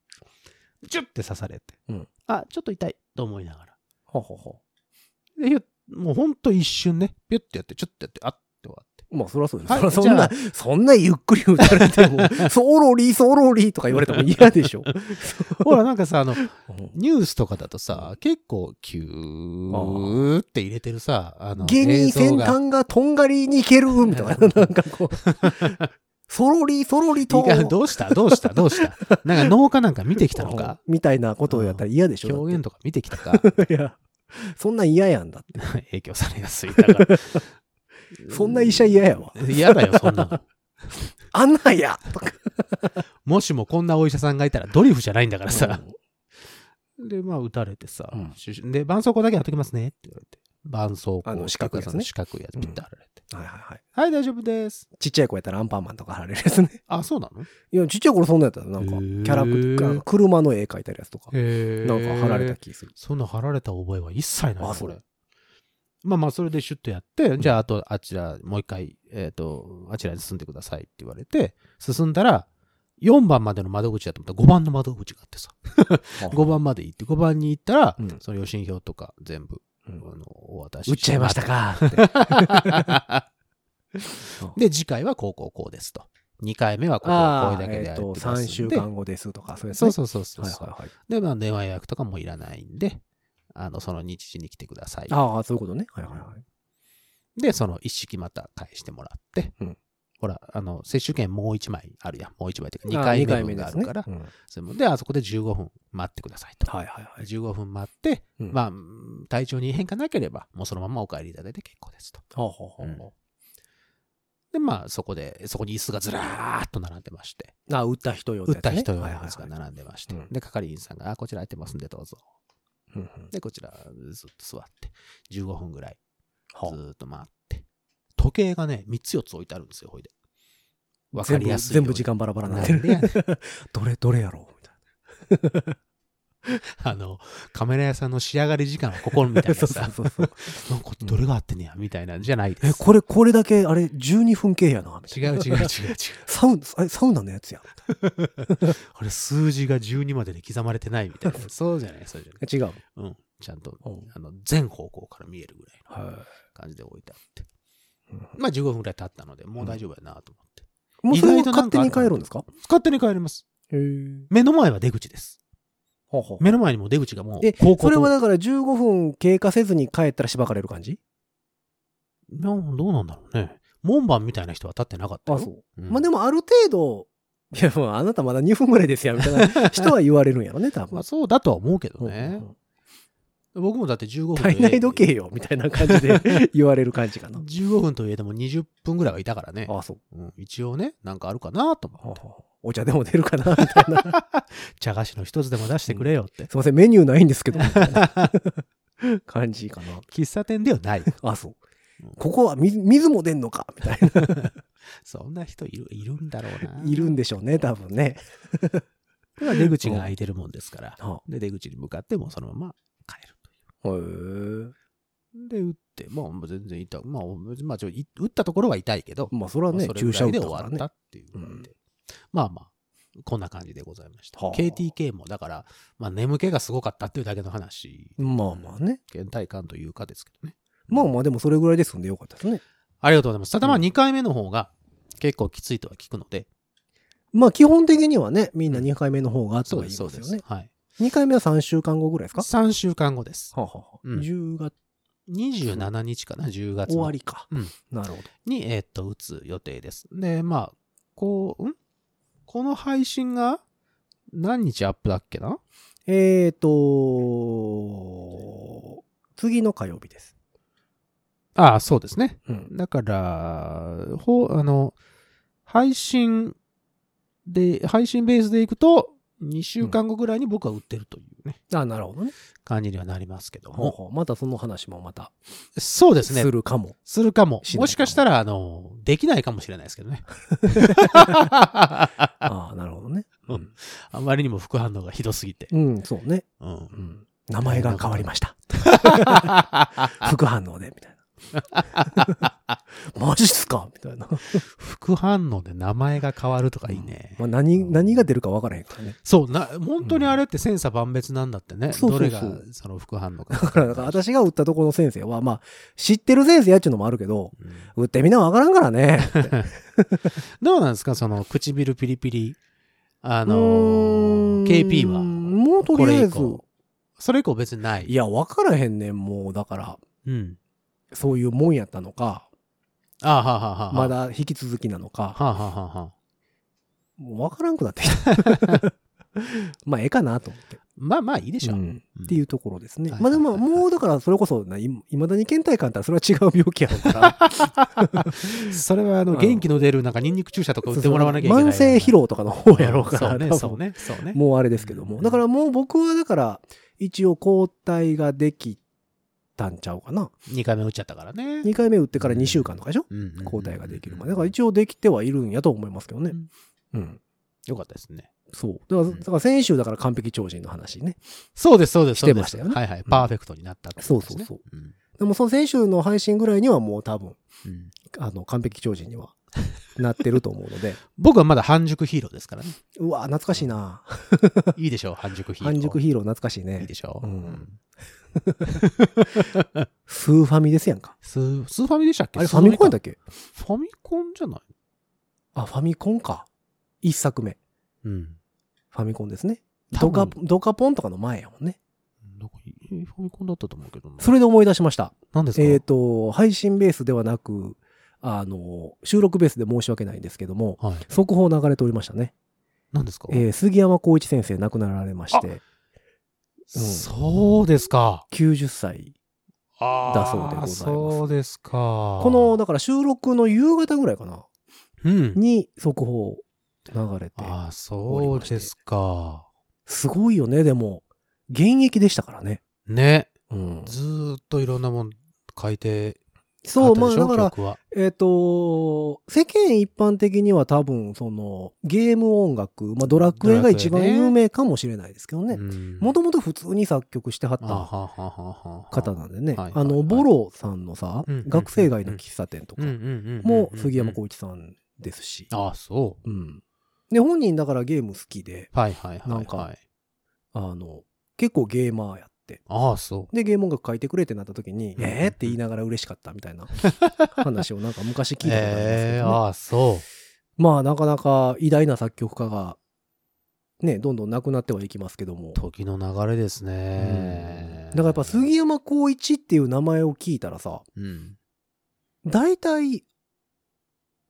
S3: ジュッて刺されて。
S2: うん
S3: あ、ちょっと痛いと思いながら。
S2: ほうほうほ
S3: で、ひゅもうほんと一瞬ね、ピュッてやって、ちょっとやって、あって終わって。
S2: う。まあ、そりゃそうです。
S3: はい
S2: そそんな、そんなゆっくり打たれても、ソロリー、ソロリーとか言われても嫌でしょ。
S3: ほら、なんかさ、あの、
S2: うん
S3: ニュースとかだとさ、結構、キューって入れてるさ、あの、
S2: 芸人先端がとんがりに行けるみたいな、なんかこう、 ソロリー、ソロリー
S3: 映
S2: と。
S3: 画が。どうしたどうしたどうした なんか脳科なんか見てきたのか
S2: みたいなことをやったら嫌でしょ。
S3: 表現とか見てきたか
S2: だっていや、そんなん嫌やんだって。
S3: 影響されやすい。だから。
S2: そんな医者嫌やわ。
S3: 嫌だよ、そんなの。
S2: あんなんやとか
S3: もしもこんなお医者さんがいたらドリフじゃないんだからさ。で、まあ、打たれてさ、
S2: うん
S3: シュシュで、絆創膏だけ貼っときますねって言われて。絆創膏。
S2: あの四角いやつね
S3: 四角いやつ、ピッて貼られ
S2: うん
S3: て。
S2: はいはいはい。
S3: はい、大丈夫です。
S2: ちっちゃい子やったらアンパンマンとか貼られるやつね。
S3: あ、そうなのへ
S2: いや、ちっちゃい頃そんなんやったよ。なんか、
S3: へ
S2: キ
S3: ー
S2: ャラクター、なんか車の絵描いたりやつとか、
S3: え
S2: なんか貼られた。気する。
S3: そんな貼られた覚えは一切ない
S2: あ
S3: な、
S2: そ
S3: こ
S2: う
S3: れ。まあまあ、それでシュッとやって、じゃあ、あと、あちら、もう一回、えっ、と、あちらに進んでくださいって言われて、進んだら、4番までの窓口だと思ったら5番の窓口があってさ、5番まで行って、5番に行ったら、
S2: うん
S3: その予診票とか全部、
S2: うん
S3: あの、お渡し
S2: 打っちゃいましたかって。
S3: で、次回はこうこうこうですと。2回目はこここう
S2: あ
S3: い
S2: あ、
S3: うだけで
S2: え
S3: や
S2: っ
S3: って
S2: と、
S3: ます
S2: 3週
S3: んで
S2: 間後ですとか、そういうやつ
S3: そ
S2: ね
S3: うそうそうそう。
S2: はいはいはい。
S3: で、まあ、電話予約とかもいらないんで、あの、その日時に来てください。
S2: ああ、そういうことね。はいはいはい。
S3: で、その一式また返してもらって、
S2: うん
S3: ほら、あの、接種券もう1枚あるやん。もう1枚というか、
S2: あ
S3: 2
S2: あ
S3: 回目
S2: 二
S3: 分
S2: で
S3: があ
S2: すね
S3: るから、
S2: うん
S3: それもで、あそこで15分待ってくださいと。
S2: はいはいはい。
S3: 15分待って、
S2: うん
S3: まあ、体調に変化なければ、もうそのままお帰りいただいて結構ですと。
S2: ほうほうほうほう
S3: で、まあ、そこで、そこに椅子がずらーっと並んでまして、
S2: ああ、打った人用
S3: 打った人用の
S2: はい
S3: や
S2: はい
S3: つが
S2: はい。
S3: 並んでまして、
S2: うん
S3: で、係員さんが、あ、こちら空いてますんでどうぞ。
S2: うんうん
S3: で、こちらずっと座って、15分ぐらい
S2: ほ
S3: ず
S2: う
S3: ーっと待って、時計がね、3つ4つ置いてあるんですよ、ほいで。わかりやすい
S2: 全
S3: ように。
S2: 部全部時間バラバラになって
S3: なんでやねん
S2: る。 どれどれやろうみたい
S3: あの、カメラ屋さんの仕上がり時間はここみたい
S2: な。
S3: な
S2: そ
S3: さ
S2: う、そうそうそう。
S3: なんかどれがあってんねや、みたいなんじゃないで
S2: え、
S3: す。
S2: これ、これだけ、あれ、12分系やな。みたい
S3: 違う違う違う違う。
S2: なサウナ、えサウナのやつや。
S3: これ数字が12までで刻まれてないみたいな。 そうじゃない、そうじゃな
S2: 違
S3: い。
S2: う。
S3: うん。ちゃんと
S2: うん、
S3: あの、全方向から見えるぐらいの
S2: は
S3: 感じで置いてあって。まあ15分ぐらい経ったので、もう大丈夫やなと思って。
S2: い。もうそれ
S3: 意
S2: は
S3: 外とな
S2: 勝
S3: ん
S2: 手
S3: かある
S2: に買えるんですか
S3: 勝手に帰ります。
S2: へえ。
S3: 目の前は出口です。
S2: ほうほう
S3: 目の前にもう出口がもう
S2: え、
S3: 高校
S2: それはだから15分経過せずに帰ったらしばかれる感じ
S3: どうなんだろうね。門番みたいな人は立ってなかったよ。
S2: そうう。
S3: ん
S2: まあでもある程度、いやもうあなたまだ2分ぐらいですやんみたいな人は言われるんやろね、多
S3: ま
S2: 分
S3: あ。そうだとは思うけど
S2: うんう
S3: ね
S2: ん。うん
S3: 僕もだって15分といえ。
S2: 体内時計よ、みたいな感じ で言われる感じかな。
S3: 15分といえども20分ぐらいはいたからね。
S2: ああ、そう。
S3: うん一応ね、なんかあるかなと
S2: はあ
S3: 思
S2: は
S3: って。
S2: あお茶でも出るかな、みたいな。
S3: 茶菓子の一つでも出してくれよって。
S2: すいません、メニューないんですけど、みたいな感じかな。
S3: 喫茶店ではない。
S2: あ、そう
S3: うん。
S2: ここは水水も出んのかみたいな。
S3: そんな人いるいるんだろうな。
S2: いるんでしょうね、多分ね。
S3: これは出口が開いてるもんですから。
S2: は
S3: で、出口に向かってもうそのまま帰るとい
S2: あ、へえ。
S3: う。で、打って、まあもう全然痛い。まあ、まあ、ちょい打ったところは痛いけど、
S2: まあ、それは
S3: まあ
S2: ね
S3: そ、れぐ
S2: 注射
S3: ら
S2: 打っ
S3: いで
S2: た
S3: 終
S2: か
S3: わ
S2: ら
S3: っ
S2: ね
S3: た。っていうので。まあまあ、こんな感じでございました。
S2: はあ
S3: KTK もだから、まあ眠気がすごかったっていうだけの話、
S2: まあまあね。
S3: 倦怠感というかですけどね。
S2: まあまあ、でもそれぐらいですんでよかったですね。
S3: ありがとうございます。ただまあ
S2: うん
S3: 2回目の方が結構きついとは聞くので、
S2: まあ、基本的にはね、みんな2回目の方があった
S3: そう
S2: らい
S3: で、
S2: いですす
S3: そ
S2: よ
S3: うです
S2: ね。。
S3: はい。
S2: 2回目は3週間後ぐらいですか
S3: 3週間後です。
S2: はあはあはあ
S3: うん
S2: 10月
S3: 27日かな、10月
S2: 終
S3: の
S2: わりか
S3: うん。
S2: なるほど。
S3: に、えーっと、打つ予定です。で、まあ、こう、んこの配信が何日アップだっけな
S2: えーと、次の火曜日です。
S3: ああ、そうですね。
S2: うん。
S3: だから、ほう、あの、配信で、配信ベースでいくと、2週間後ぐらいに僕は打ってるというね、
S2: あ、なるほどね。
S3: 感じにはなりますけど
S2: ほう
S3: も。
S2: ほうまたその話もまた
S3: そうです
S2: す
S3: ね。
S2: るかも。
S3: するかも。
S2: しないかも
S3: もしかしたら、あの、できないかもしれないですけどね。
S2: ああ、なるほどね。
S3: うんあまりにも副反応がひどすぎて。
S2: うん、そうね。
S3: う。
S2: うん ん。名前が変わりました。副反応で、みたいな。マジっすかみたいな。
S3: 副反応で名前が変わるとかいいね。
S2: まあ、何、何が出るか分からへんからね。
S3: そう、な、本当にあれって千差万別なんだってね。
S2: そうそうそう
S3: どれがその副反応か。
S2: だから、だから私が打ったとこの先生は、まあ、知ってる先生やっちゅうのもあるけど、打ってみな分からんからね。
S3: どうなんですかその唇ピリピリ。あ
S2: あ
S3: のー KP は。
S2: もうとりあえず
S3: これ以、降それ以降別にない。
S2: いや、分からへんねん、もう。だから、
S3: うん。
S2: そういうもんやったのか、
S3: ああはあはあはあ。
S2: ま。だ引き続きなのか、
S3: はあはあはあはあ。
S2: もう分からんくなってきた。 まあ、ええかなと思って。
S3: まあまあいいでしょ
S2: う
S3: う。
S2: ん
S3: うん
S2: っていうところですね。
S3: はい
S2: まあでも、
S3: はいはいはい
S2: もうだからそれこそな、いいまだに倦怠感ったらそれは違う病気やろう から。
S3: それはあの
S2: うん
S3: 元気の出るなんかニンニク注射とか打ってもらわなきゃいけない。
S2: 慢性疲労とかの方やろうから。
S3: そうね、
S2: 多分
S3: そうね、そうね。
S2: もうあれですけども。だからもう僕はだから、一応抗体ができたんちゃうかな。
S3: 2回目打っちゃったからね。
S2: 2回目打ってから2週間とかでしょ
S3: うんうんうん
S2: 抗体ができるまで。だから一応できてはいるんやと思いますけどね。うん。
S3: よかったですね。
S2: そう。だから、だから先週だから完璧超人の話ね。
S3: そうです、そうです。
S2: してましたよね
S3: そうですはいはい。パーフェクトになったってことですね。
S2: そうそう
S3: ん
S2: でもその先週の配信ぐらいにはもう多分、
S3: うん
S2: あの、完璧超人にはなってると思うの で。
S3: 僕はまだ半熟ヒーローですからね。
S2: うわ、懐かしいな。
S3: いいでしょう、半熟ヒーロー。
S2: 半熟ヒーロー懐かしい
S3: いい
S2: ね
S3: で。しょう。
S2: うんスーファミですやんか。
S3: スースーファミでしたっけ
S2: あれファミコンだ
S3: だ
S2: っけ
S3: ファミコンじゃない
S2: あ、ファミコンか。一作目。
S3: うん。
S2: ファミコンですね。
S3: 多
S2: ド
S3: 分
S2: カ、ドカポンとかの前やもんね。
S3: どこえーファミコンだったと思うけどな。
S2: それで思い出しました。
S3: 何ですか
S2: えっ、と、配信ベースではなく、あの、収録ベースで申し訳ないんですけども、
S3: はい。
S2: 速報流れておりましたね。
S3: 何ですか
S2: えー杉山浩一先生亡くなられまして、うん
S3: そうですか。
S2: 90歳。
S3: あー
S2: だそうでございます
S3: そうですか。
S2: こ
S3: こ
S2: の、、だから収録の夕方ぐらいかな、
S3: うん。
S2: に速報流れて。
S3: ああ、そうですか。
S2: すごいよね、でも。現役でしたからね。
S3: ね。
S2: うん。
S3: ずーっといろんなもん書いて
S2: そ
S3: っ
S2: う、
S3: た
S2: まあ
S3: でしょ
S2: だから、
S3: 曲は
S2: えっ、と、世間一般的には多分、その、ゲーム音楽、まあドラクエが一番
S3: ドラクエね
S2: 有名かもしれないですけどね。
S3: うん
S2: もともと普通に作曲してはっ
S3: あは
S2: た
S3: はははは
S2: 方なんでね。
S3: はい
S2: あの、ボロさんのさ、
S3: うん
S2: 学生街の喫茶店とか
S3: うんうんうんうんうん
S2: も杉山浩一さんですし。
S3: ああ、そ
S2: うん。で、本人だからゲーム好きで、
S3: う。はいはいはい。
S2: なん
S3: はい
S2: か。あの、結構ゲーマーやって。
S3: ああ、そ
S2: で、ゲーム音楽書いてくれってなった時に、
S3: うん
S2: えー って言いながら嬉しかったみたいな話をなんか昔
S3: う。
S2: 聞いたことありますけど、ね
S3: えーああ、そ
S2: まあなかなか偉大な作曲家が、ね、どんどんなくなってはいきますけども。
S3: 時の流れですね。
S2: だからやっぱ杉山浩一っていう名前を聞いたらさ、
S3: うん。
S2: 大体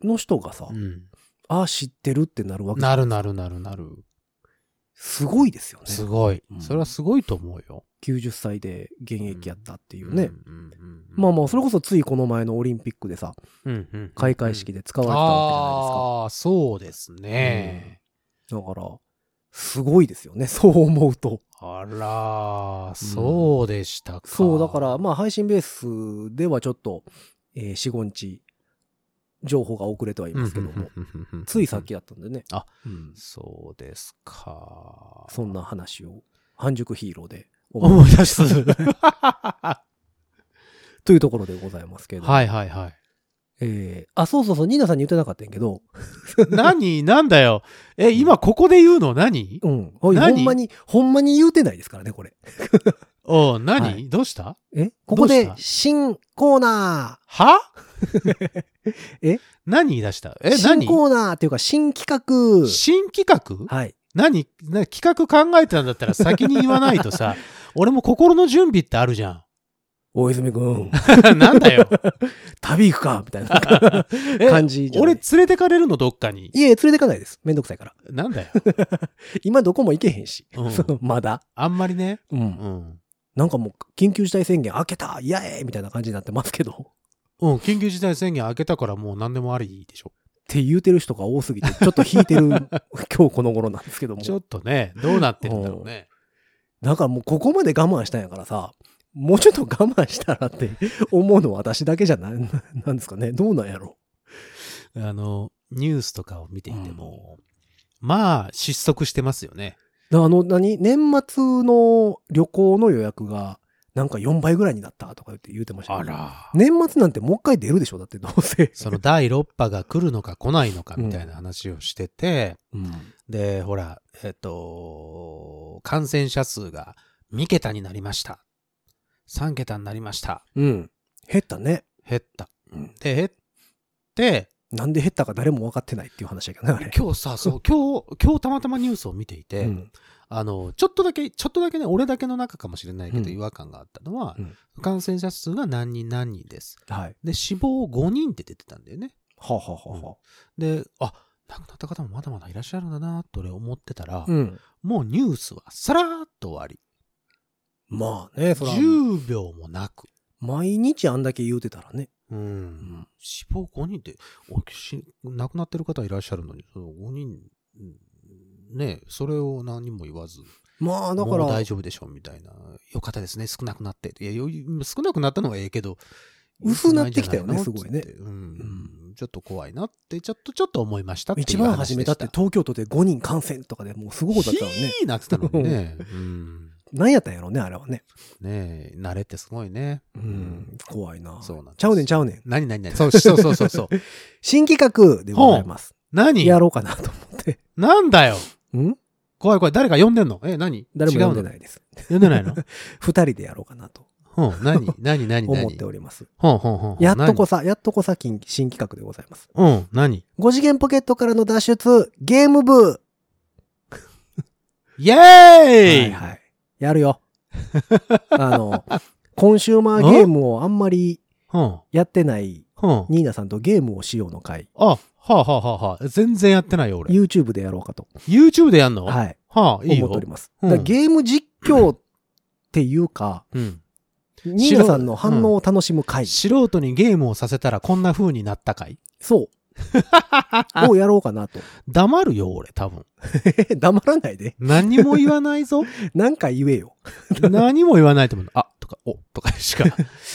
S2: の人がさ、
S3: うん。
S2: ああ知ってるってなるわけ。
S3: なるなるなるなる。
S2: すごいですよね。
S3: すごい
S2: うん。
S3: それはすごいと思うよ。
S2: 90歳で現役やったっていうね。
S3: うんうんうんうん
S2: まあまあ、それこそついこの前のオリンピックでさ、
S3: うんうんうん
S2: 開会式で使われてたわ
S3: ああー、そうですね。
S2: けじゃないですか。だから、すごいですよね。 そう思うと。
S3: あらー、そうでしたか。
S2: そう、だから、まあ、配信ベースではちょっと、えー、四五日、情報が遅れてはい
S3: うんうんうんうんうん、
S2: ますけども、ついさっきだったんでね。
S3: あ
S2: うん
S3: そうですか。
S2: そんな話を、半熟ヒーローで 思
S3: 思
S2: う
S3: い出す。は
S2: というところでございますけ
S3: い
S2: ど。
S3: はいはい。
S2: えーあ、そうそうそう、ニーナさんに言ってなかったんやけど、
S3: 何なんだよ。え、今ここで言うの何
S2: うん。おいほ
S3: 何
S2: んまに、ほんまに言うてないですからね、これ。
S3: おう何、
S2: はい
S3: どうした
S2: えここで
S3: どう、した
S2: 新コーナ
S3: は
S2: え
S3: 何言い出した
S2: ー
S3: え、
S2: 新
S3: 何
S2: コーナーっていうか、新企
S3: 新企画
S2: 画はい。
S3: 何な企画考えてたんだったら先に言わない とさ、俺も心の準備ってあるじゃ
S2: 大泉くん、
S3: ん。なんだよ。
S2: 旅行くかみたい な
S3: え
S2: 感じじゃな
S3: 俺
S2: い
S3: 連れてかれるのどっかに。
S2: いえ、連れてかないです。めんどくさいから。
S3: な んだよ。
S2: 今どこも行けへんし。
S3: うん
S2: まだ。
S3: あんまりね。
S2: うん
S3: うん。
S2: なんかもう、緊急事態宣言開けたイエーイみたいな感じになってますけど。っ
S3: うん、緊急事態宣言明けたからもう何でもありでしょ。
S2: て言うてる人が多すぎて、ちょっと引いてる 今日この頃なんですけども
S3: ち。ょっとね、どうなってるんだろうね。
S2: だからもうここまで我慢したんやからさ、もうちょっと我慢したらって 思うのは私だけじゃない、なんですかね。どうなんやろ。
S3: あの、ニュースとかを見ていても、まあ、失速してますよね。
S2: だからあの、何年末の旅行の予約が、なんか4倍ぐらいになったとか言って言うてましたよ
S3: あら。
S2: 年末なんてもう一回出るでしょだってどうせ。
S3: その第6波が来るのか来ないのかみたいな話をしてて、
S2: うん。
S3: で、ほら、えっ、と、感染者数が2桁になりました。3桁になりました。
S2: うん。減ったね。
S3: 減った。
S2: うん
S3: で、減って、
S2: なんで減ったか誰も分かってないっていう話やけどね、あれ。
S3: 今日さ、 そう、今日、今日たまたまニュースを見ていて、
S2: うん
S3: あの、ちょっとだけ、ちょっとだけね、俺だけの中かもしれないけ
S2: う
S3: ど
S2: ん
S3: 違和感があったのは、
S2: うん
S3: 感染者数が何人何人です。
S2: はい。
S3: で、死亡5人って出てたんだよね。
S2: はあ、はあはあは
S3: で、あ、亡くなった方もまだまだいらっしゃるんだなと俺思ってたら、
S2: あ、うん。
S3: もうニュースはさらーっと終わり。
S2: まあね、そら、
S3: 10秒もなく。
S2: 毎日あんだけ言うてたらね。
S3: うん
S2: ん
S3: 死亡5人って、おし亡くなってる方いらっしゃるのに、その5人、うんね、それを何も言わず、
S2: まあだか
S3: もう
S2: ら
S3: 大、丈夫でしょうみたいな。よかったですね、少なくなって。いや、よ少なくなったのはええけど、
S2: 薄なってきたよね
S3: 少ない
S2: すごい
S3: んじゃな
S2: ね
S3: のつってうん。ちょっと怖いなって、ちょっと、ちょっと思いましたっていう
S2: 一番初めだって
S3: 話で
S2: 東京都で5人感染とかでもうすごいこ
S3: し
S2: と
S3: た、
S2: だったのね。
S3: ひーなってたのにね。うん。
S2: 何やったんやろうね、あれはね。
S3: ねえ、慣れってすごいね。
S2: うん。怖いな。
S3: そうなんです
S2: ちゃうねんちゃうねん。
S3: 何何何そうそうそうそうそう。
S2: 新企画でございます。
S3: 何
S2: やろうかなと思って。
S3: なんだよ
S2: うん
S3: 怖い怖い。誰か呼んでんのえ、何
S2: 誰も呼んで
S3: い。
S2: ないです。
S3: 呼んでな いの
S2: 二人でやろうかなと
S3: うん。何何何何
S2: 思っております。
S3: ほんほんほんほん。
S2: やっとこさ、やっとこさ、近新企画でございます。
S3: 何。うん。何
S2: 5次元ポケットからの脱出、ゲーム部
S3: イェ
S2: はい
S3: ーイ
S2: はい。やる よ。あの、コンシューマーゲームをあんまり
S3: うん。
S2: やってない
S3: うん。
S2: ニーナさんとゲームをしようの会、
S3: あ、はあはあはあはあ。全然やってないよ、俺。
S2: YouTube でやろうかと、
S3: YouTube でやんのは
S2: はい、
S3: あ、いい
S2: 思ってお
S3: よ
S2: り。ます。
S3: うん
S2: だからゲーム実況っていうか、
S3: うん。
S2: ニーナさんの反応を楽しむ会、
S3: 素人にゲームをさせたらこんな風になったかい
S2: そう、をやろうかなと。
S3: 黙るよ、俺、多分。
S2: え黙らないで。
S3: 何にも言わな いぞ。
S2: なんか言えよ。
S3: 何も言わないと思う。あ、とか、お、とかしか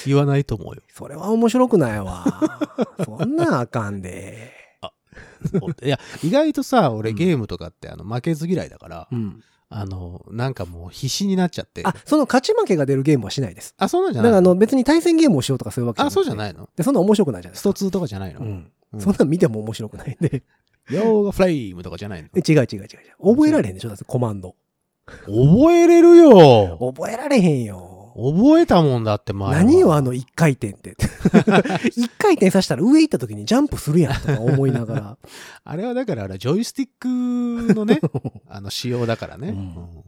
S3: 言わないと思うよ。
S2: それは面白くないわ。そんなんあかんで。
S3: いや、意外とさ、俺
S2: うん
S3: ゲームとかって、あの、負けず嫌いだから、
S2: うん。
S3: あの、なんかもう必死になっちゃって。
S2: あ、その勝ち負けが出るゲームはしないです。
S3: あ、そうなんじ
S2: だ
S3: ゃ
S2: か
S3: ない
S2: らあの
S3: の
S2: 別に対戦ゲームをしようとかそういうわけ
S3: あ、そうじゃ
S2: い。
S3: ないの
S2: で、そんなん面白くないじゃないで
S3: ス
S2: すか。
S3: ト2とかじゃないの、
S2: うん。
S3: うん
S2: そんなん見ても面白くないんで。
S3: ヨーガフレイムとかじゃないの
S2: え違う違う違う違う。覚えられへんでしょだってコマンド。
S3: 覚えれるよ
S2: 覚えられへんよ。
S3: 覚えたもんだって前は
S2: 何よあの一回転って。 一回転させたら上行った時にジャンプするやんとか思いなが ら。
S3: あれはだからあれジョイスティック のね、あの仕様だからね。うん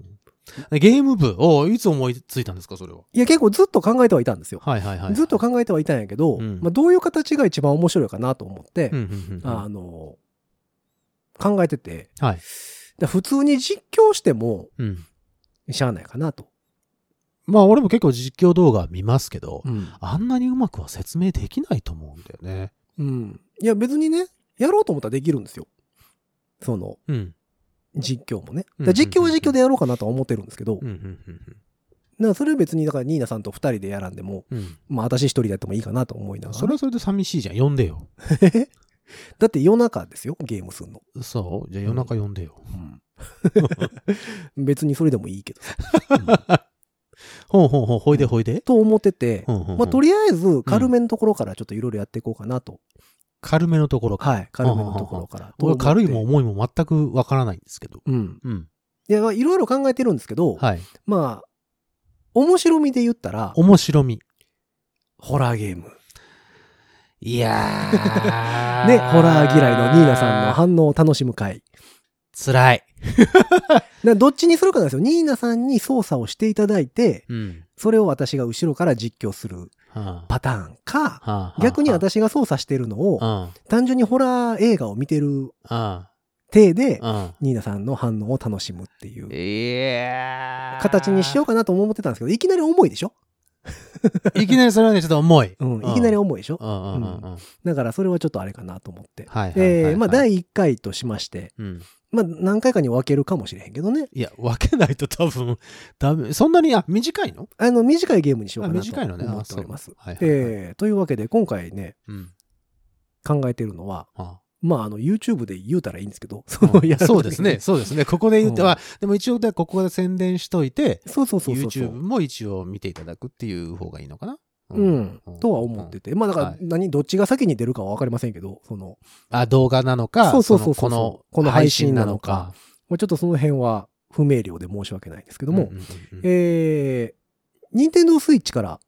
S3: ゲーム部、おういつ思いついたんですか、それは。
S2: いや結構ずっと考えてはいたんですよ。
S3: はいはいはい。
S2: ずっと考えてはいたんやけど、
S3: うん
S2: まあ、どういう形が一番面白いかなと思って、
S3: うんうんうん
S2: あの、考えてて、
S3: はい。
S2: だ普通に実況しても
S3: うん。
S2: しゃあないかなと。
S3: まあ俺も結構実況動画見ますけど、
S2: うん。
S3: あんなにうまくは説明できないと思うんだよね。
S2: いや別にね、やろうと思ったらできるんですよ。その、
S3: うん。
S2: 実況もね。
S3: うん
S2: だ実況は実況でやろうかなとは思ってるんですけど、
S3: うんうん
S2: なんかそれは別に、だからニーナさんと二人でやらんでも、
S3: うんうん。
S2: まあ私一人でやってもいいかなと思いな
S3: うん。
S2: が
S3: そ
S2: ら
S3: れ
S2: ね、
S3: はそれで寂しいじゃん。呼んでよ。
S2: だって夜中ですよ、ゲームす んの。
S3: そうじゃあ夜中呼んでよ。
S2: 別にそれでもいいけどさ。
S3: ほうほうほう、ほいでほいで。
S2: と思ってて、
S3: ほうほうほう
S2: まあとりあえず軽めのところからちょっといろいろやっていこうかなと。
S3: 軽めのところか。
S2: はい、軽めのところから。
S3: 僕は軽いも
S2: ん。
S3: 重いも全くわからないんですけど。
S2: うん。
S3: うん。
S2: いや、まあいろいろ考えてるんですけど、
S3: はい。
S2: まあ、面白みで言ったら、
S3: 面白み。
S2: ホラーゲーム。
S3: いや ー
S2: ね、ホラー嫌いのニーナさんの反応を楽しむ会。
S3: 辛い。
S2: などっちにするかなんですよ。ニーナさんに操作をしていただいて、
S3: うん。
S2: それを私が後ろから実況する
S3: はあ
S2: パターンか、
S3: はあはあ
S2: 逆に、私が操作してるの
S3: う
S2: を、
S3: ん。うん。
S2: 単純にホラー映画を見てる
S3: う
S2: 体で、
S3: ん。
S2: ニーナさんの反応を楽しむっていう
S3: いやー
S2: 形にしようかなとも思ってたんですけど、いきなり重いでしょ
S3: いきなりそれはね、ちょっと重い。
S2: うん、いきなり重いでしょ
S3: うんうんうんうん。
S2: だからそれはちょっとあれかなと思って。
S3: はいはいはいは
S2: で、
S3: い。
S2: まあ第1回としまして、
S3: うん。
S2: まあ何回かに分けるかもしれへんけどね。
S3: いや、分けないと多分、ダメ。そんなに、あ、短いの
S2: あの、短いゲームにしようかなと
S3: あ短いのねあ
S2: 思っております
S3: そうはい。はいはい
S2: えーというわけで、今回ね、
S3: うん。
S2: 考えてるのは、
S3: あ
S2: まあ、あの、YouTube で言うたらいいんですけど、その、 や
S3: あ
S2: る
S3: そうです
S2: 時
S3: ね、
S2: に。
S3: そうですね。ここで言って
S2: う
S3: は、でも一応、でここで宣伝しといて、
S2: そうそうそうそう。
S3: YouTube も一応見ていただくっていう方がいいのかな
S2: うん。とは思って
S3: て。
S2: て。まあ、だから
S3: はい、
S2: 何、どっちが先に出るかは分かりませんけど、その、
S3: あ、動画なのか、
S2: そうそうそうそう
S3: のこの、
S2: この配信なのか
S3: 配信
S2: まあ、ちょっとその辺は不明瞭で申し訳ないですけど
S3: なの
S2: も、
S3: か、うんうんうんうん
S2: えー、Nintendo Switch から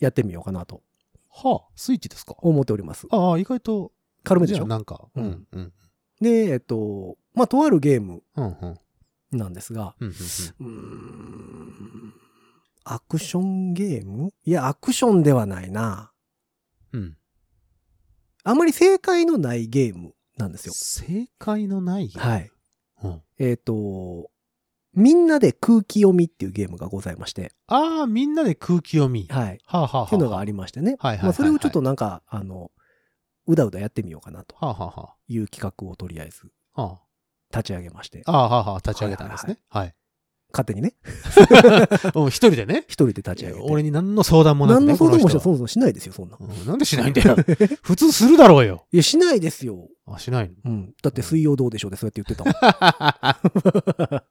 S2: やってみようかなと
S3: はあ、スイッチですか
S2: 思っております。
S3: ああ、意外と、
S2: 軽めで
S3: じ
S2: し
S3: ゃあ
S2: ょ
S3: なんか、う
S2: うん
S3: ん、うん、
S2: で、えっと、まあ、とあるゲーム
S3: うん、うん、うん
S2: なんですが、
S3: うんうん。
S2: うーん、アクションゲームいや、アクションではないな。
S3: うん。
S2: あまり正解のないゲームなんですよ。
S3: 正解のない
S2: はい。
S3: うん
S2: えっ、と、みんなで空気読みっていうゲームがございまして、
S3: ああ、みんなで空気読み。は
S2: はい。
S3: あ、はあ、はあ。
S2: っていうのがありましてね。
S3: はいはいはいはい
S2: まあそれをちょっとなんか、あの、うだうだやってみようかなと
S3: はあ、はあ、は
S2: いう企画をとりあえず
S3: あ。は
S2: 立ち上げまして
S3: あ、、ああ、はあ、はあ、立ち上げたんですね。はい。
S2: 勝手にね、
S3: うん一人でね。
S2: 一人で立ち上げて。
S3: 俺に何の相談もなく
S2: 何
S3: ね
S2: の相談もし
S3: こ
S2: て
S3: の人
S2: そ
S3: は
S2: もそもしないですよ、そんな。
S3: うんなんでしないんだよ。 普通するだろうよ。
S2: いや、しないですよ。
S3: あ、しないの。
S2: うん。だって水曜どうでしょうでそうやって言ってたもん。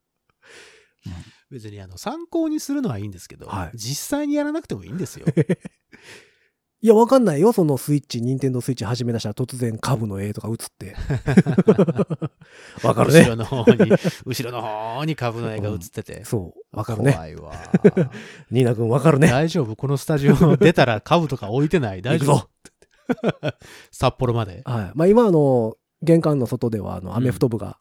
S3: 別にあの参考にするのはいいんですけど、
S2: はい
S3: 実際にやらなくてもいいんですよ。
S2: いや、わかんないよ。そのスイッチ、ニンテンドースイッチ始め出したら突然株の絵とか映って。 わかる
S3: 後
S2: ね。
S3: ろの方に、後ろの方に株の絵が映ってて。
S2: そう。わかる ね。
S3: 怖いわ。
S2: ニーナ君わかるね。
S3: 大丈夫このスタジオ出たら株とか置いてない大丈
S2: 行
S3: 夫札幌まで。
S2: はい。まあ今、あの、玄関の外では、あの、アメフト部 が、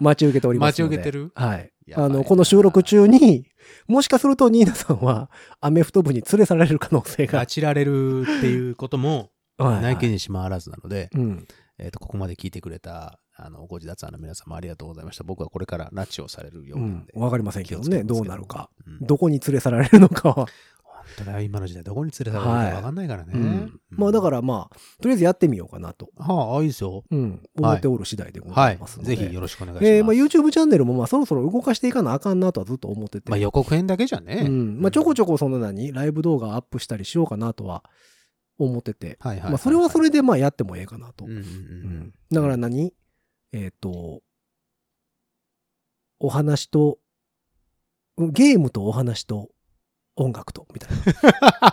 S2: 待ち受けておりますので。
S3: 待ち受けてる
S2: はい。
S3: やばい
S2: あ
S3: な
S2: の、この収録中に、もしかするとニーナさんは、アメフト部に連れ去られる可能性が
S3: ガ。チられるっていうことも
S2: はいは
S3: ないいけにしもあらずなので、
S2: うん。
S3: えっとここまで聞いてくれたあのご自立さんの皆様ありがとうございました。僕はこれから拉致をされるよう
S2: う
S3: なん
S2: ん
S3: で。。
S2: わかりませんけど
S3: 気をつけ
S2: ね。
S3: ますけど
S2: どうなるか。
S3: うん
S2: どこに連れ去られるのかは。
S3: 本当だよ、今の時代、どこに連れ去られるか分かんないからね。
S2: うんまあだ
S3: ら。
S2: からまあ、とりあえずやってみようかなと、
S3: はあ、いいですよ。
S2: うん、思っておる次第でござ
S3: はいい
S2: ます。ので。
S3: ぜひよろしくお願いします。
S2: えーま
S3: ま
S2: あ、YouTube チャンネルもまあそろそろ動かしていかなあかんなとはずっと思ってて。
S3: あ予告編だけじゃね。
S2: うんまあ、ちょこちょこその何ライブ動画アップしたりしようかなとは思ってて。
S3: はいはいはい。
S2: まあ、それはそれでまあやってもええかなと。
S3: うんうん
S2: うんだから何えっ、と、お話と、ゲームとお話と音楽と、みたいな。
S3: は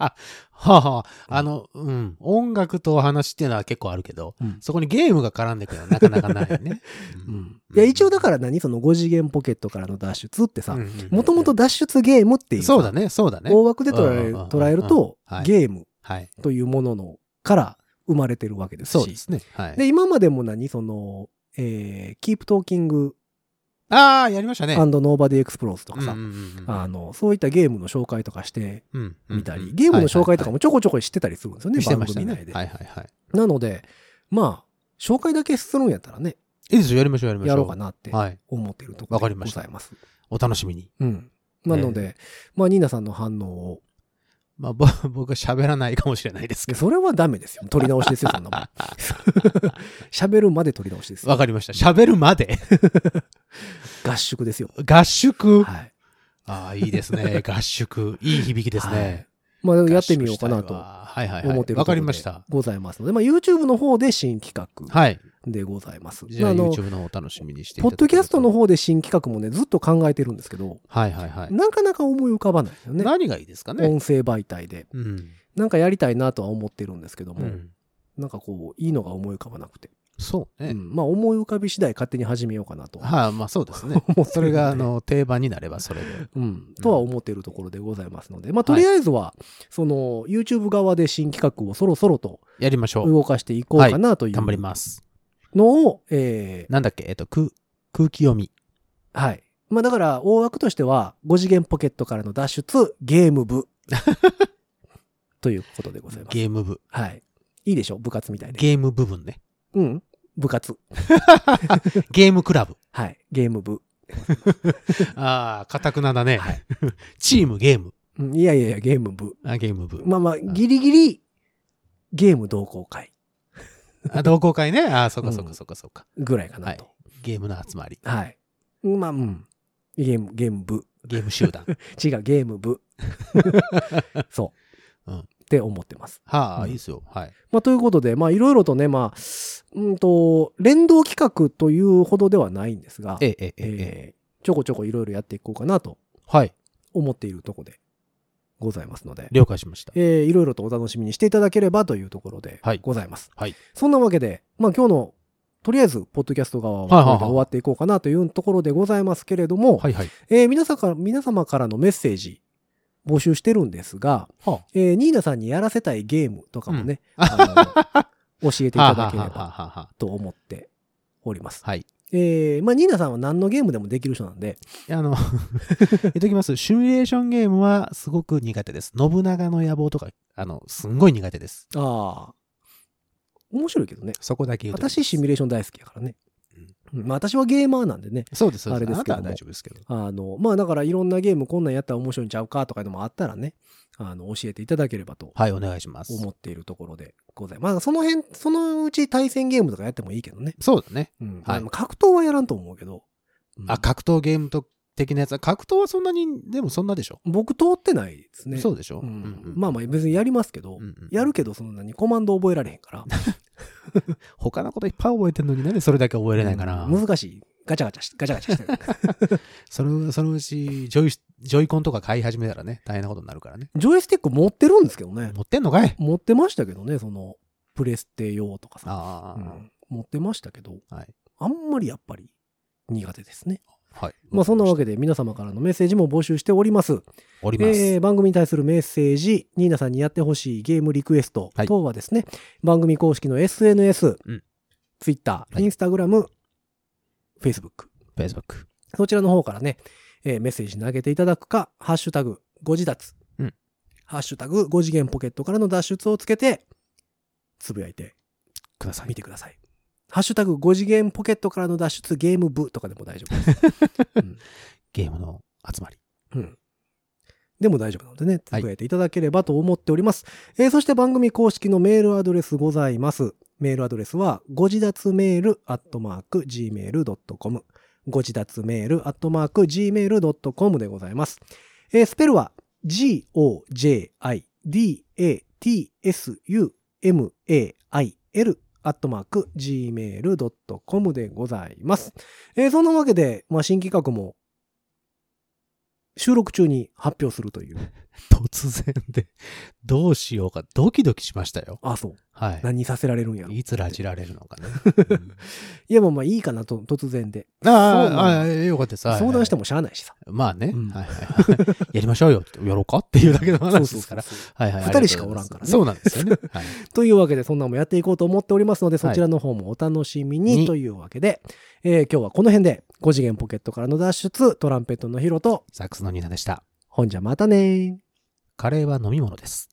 S3: はあはあ、あの、うん、音楽とお話っていうのは結構あるけど、
S2: うん
S3: そこにゲームが絡んでくるのはなかなかない よね。
S2: うんいや一応だから何その5次元ポケットからの脱出ってさ、もともと
S3: っ
S2: 脱出ゲームっていうさ
S3: そうだね、そうだね。
S2: 大枠で捉える
S3: うんうんうんうん
S2: 捉えると、
S3: はい
S2: ゲーム
S3: はい。
S2: というもののから生まれてるわけですし。
S3: そうですね。はい。
S2: で今までも何その、えー、Keep Talking
S3: ああ、やりましたね。
S2: and Nobody Explores とかさ、
S3: うんうんうんうん
S2: あの、そういったゲームの紹介とかして
S3: うんうん
S2: みたり、ゲームの紹介とか
S3: も
S2: もちょこちょこしてたりするんですよね、
S3: してま
S2: 番
S3: した
S2: 組
S3: ね。
S2: 内で。
S3: はいはいはい。
S2: なので、まあ、紹介だけするんやったらね、
S3: いいですよ、やりましょう、やりましょう。
S2: やろうかなって
S3: はい。
S2: 思ってるとこ
S3: わか
S2: ろで
S3: りま
S2: ご
S3: した
S2: ざいます。
S3: お楽しみに。
S2: うん。なので、まあ、ニーナさんの反応を、
S3: まあ、ぼ 僕は喋らないかもしれないです
S2: い
S3: け
S2: やそれはダメですよ。取り直しですよ、そんなもん。 喋るまで取り直しです
S3: ど。わ
S2: よ。
S3: かりました。喋るまで。
S2: 合宿ですよ。
S3: 合宿。
S2: はい。
S3: ああ、いいです ね。合宿。いい響きですね。
S2: まあ、やってみようかな
S3: 合宿したい
S2: と
S3: わはいはいはい。
S2: 思ってる
S3: わ
S2: とこ
S3: か
S2: ろ
S3: り
S2: で
S3: ました。
S2: ございますので、まあ、YouTube の方で新企画
S3: はい。
S2: でございます。
S3: じゃあ、
S2: あの
S3: YouTube の方を楽しみにしてい
S2: ポ
S3: た
S2: ッ
S3: だ
S2: ド
S3: ければ
S2: キャストの。方で新企画もね、ずっと考えてるんですけど、
S3: はいはいはい。
S2: なかなか思い浮かばないよね。
S3: 何がいいですかね。
S2: 音声媒体で。
S3: うん。
S2: なんかやりたいなとは思ってるんですけど
S3: う
S2: も、
S3: ん。
S2: なんかこう、いいのが思い浮かばなくて。
S3: そう
S2: う
S3: ね。
S2: んまあ、思い浮かび次第勝手に始めようかなと。
S3: はい、まあそうです ね。
S2: 思ってるんで
S3: それが、あの、定番になればそれで。
S2: うん、とは思っているところでございますので、まあ、とりあえずは、その、YouTube 側で新企画をそろそろと
S3: やりましょう。
S2: 動かしていこうかなとい
S3: 頑張り
S2: う
S3: ます。
S2: のを、えー
S3: なんだっけ、えっと、空、空気読み。
S2: はい。まあ、だから、大枠としては、5次元ポケットからの脱出、ゲーム 部。ということでございます。
S3: ゲーム部。
S2: はい。いいでしょ部活みたいで。
S3: ゲーム部分ね。
S2: うん。部活。
S3: ゲームクラブ。
S2: はい。ゲーム部。
S3: ああ、かたくなだね。 チームゲーム。
S2: うん、いやいやいや、ゲーム部。
S3: あゲーム部。
S2: まあまあ、ギリギリ、ゲーム同好会
S3: あ同好会ね。ああ、そうかそう
S2: う
S3: か
S2: ん
S3: そうかそうか。
S2: ぐらいかなと。
S3: ゲームの集まり。
S2: はい。まあ、うん。ゲーム、ゲーム部。
S3: ゲーム集団。
S2: 違う、ゲーム 部。そう。
S3: うん
S2: って思ってます。
S3: はあ、
S2: うん
S3: いいですよ。はい。
S2: まあ、ということで、まあ、いろいろとね、まあ、うんと、連動企画というほどではないんですが、
S3: ええ、ええ、ええええ。
S2: えーちょこちょこいろいろやっていこうかなと
S3: はい。
S2: 思っているところでございますので、
S3: 了解しました。
S2: えーいろいろとお楽しみにしていただければというところで
S3: はい
S2: ございます。
S3: はい
S2: そんなわけで、まあ、今日のとりあえず、ポッドキャスト側はこ
S3: はいはいは
S2: れ
S3: い
S2: で終わっていこうかなというところでございますけれども、
S3: はいはい。
S2: えー皆さんから、皆様からのメッセージ募集してるんですが、
S3: は
S2: えーニーナさんにやらせたいゲームとかもね、あ の教えてい
S3: あ。は
S2: た
S3: あ
S2: だ
S3: はあ
S2: け
S3: は
S2: れ
S3: あは
S2: ば
S3: あはあ。
S2: と思っております。
S3: はい。
S2: えーまあニーナさんは何のゲームでもできる人なんで、
S3: あの、 言っときます。シミュレーションゲームはすごく苦手です。信長の野望とか、あの、すんごい苦手です。
S2: ああ、面白いけどね。
S3: そこだけ言うときます。
S2: 私、シミュレーション大好きやからね。うんまあ私はゲーマーなんでね、
S3: そうです、そう
S2: あれ
S3: で。
S2: です
S3: あ
S2: すけ
S3: なた
S2: ども
S3: は大丈夫ですけど。
S2: あの、まあだからいろんなゲームこんなんやったら面白いんちゃうかとかいうのもあったらね、あの、教えていただければと
S3: はい、お願いします。
S2: 思っているところでございます。まあその辺、そのうち対戦ゲームとかやってもいいけどね。
S3: そうだね。
S2: うん。
S3: はい
S2: まあ格闘はやらんと思うけど。うん
S3: あ、格闘ゲームと的なやつは、格闘はそんなに、でもそんなでしょ。
S2: 僕通ってないですね。
S3: そうでしょ。
S2: うん
S3: うん
S2: まあまあ別にやりますけど、
S3: うんうん
S2: やるけどその何、コマンド覚えられへんから。
S3: 他のこといっぱい覚えてるのになんでそれだけ覚えれないかな。
S2: うん難しい。ガチャガチャしガチャガチャしてる。
S3: それそのうちジョイス、ジョイコンとか買い始めたらね、大変なことになるからね。
S2: ジョイスティック持ってるんですけどね。
S3: 持ってんのかい
S2: 持ってましたけどね、その、プレステ用とかさ。
S3: あ
S2: う
S3: あ、
S2: ん持ってましたけど、
S3: はい
S2: あんまりやっぱり苦手ですね。
S3: はい。
S2: まあそんなわけ
S3: け
S2: で皆様からのメッセージも募集しております。
S3: おります。
S2: えー番組に対するメッセージ、ニーナさんにやってほしいゲームリクエスト
S3: はい
S2: 等はですね、番組公式の SNS、
S3: うん
S2: ツイッター、
S3: い
S2: インスタグラム、フェイスブック、
S3: Facebook。
S2: そちらの方からね、えーメッセージ投げていただくか、ハッシュタグ、ご自立、
S3: うん
S2: ハッシュタグ、5次元ポケットからの脱出をつけて、つぶやいて
S3: ください
S2: み。てください。ハッシュタグ、5次元ポケットからの脱出ゲーム部とかでも大丈夫です。
S3: ゲームの集まり。
S2: うん。でも大丈夫なのでね、つ
S3: はい
S2: ぶやいていただければと思っております。えーそして番組公式のメールアドレスございます。メールアドレスは、ご自立メールアットマーク gmail.com。ご自立メールアットマーク gmail.com でございます。えースペルは、g-o-j-i-d-a-t-s-u-m-a-i-l アットマーク gmail.com でございます。えーそんなわけで、まあ、新企画も収録中に発表するという
S3: 突然で、どうしようか、ドキドキしましたよ。
S2: あ、 そう。
S3: はい。
S2: 何させられるんやろ。
S3: いつらじられるの かね。
S2: いや、もうまあいいかなと、突然で。
S3: うん
S2: そうな
S3: あ
S2: の
S3: ああ、よかったです。
S2: 相談して
S3: も。
S2: もしゃあないしさ。
S3: まあね
S2: うん。
S3: はいはいはい やりましょうよ。やろうかっていうだけの話ですから。
S2: そうそうそう
S3: はいはい。
S2: 二人しかおらんからね
S3: そうなんですよね。はい
S2: というわけで、そんなんもやっていこうと思っておりますので、そちらの方もお楽しみに。
S3: に
S2: というわけで、えー今日はこの辺で、5次元ポケットからの脱出、トランペットのヒロと、
S3: サックスのニーナでした。
S2: ほんじゃまたねー。
S3: カレーは飲み物です。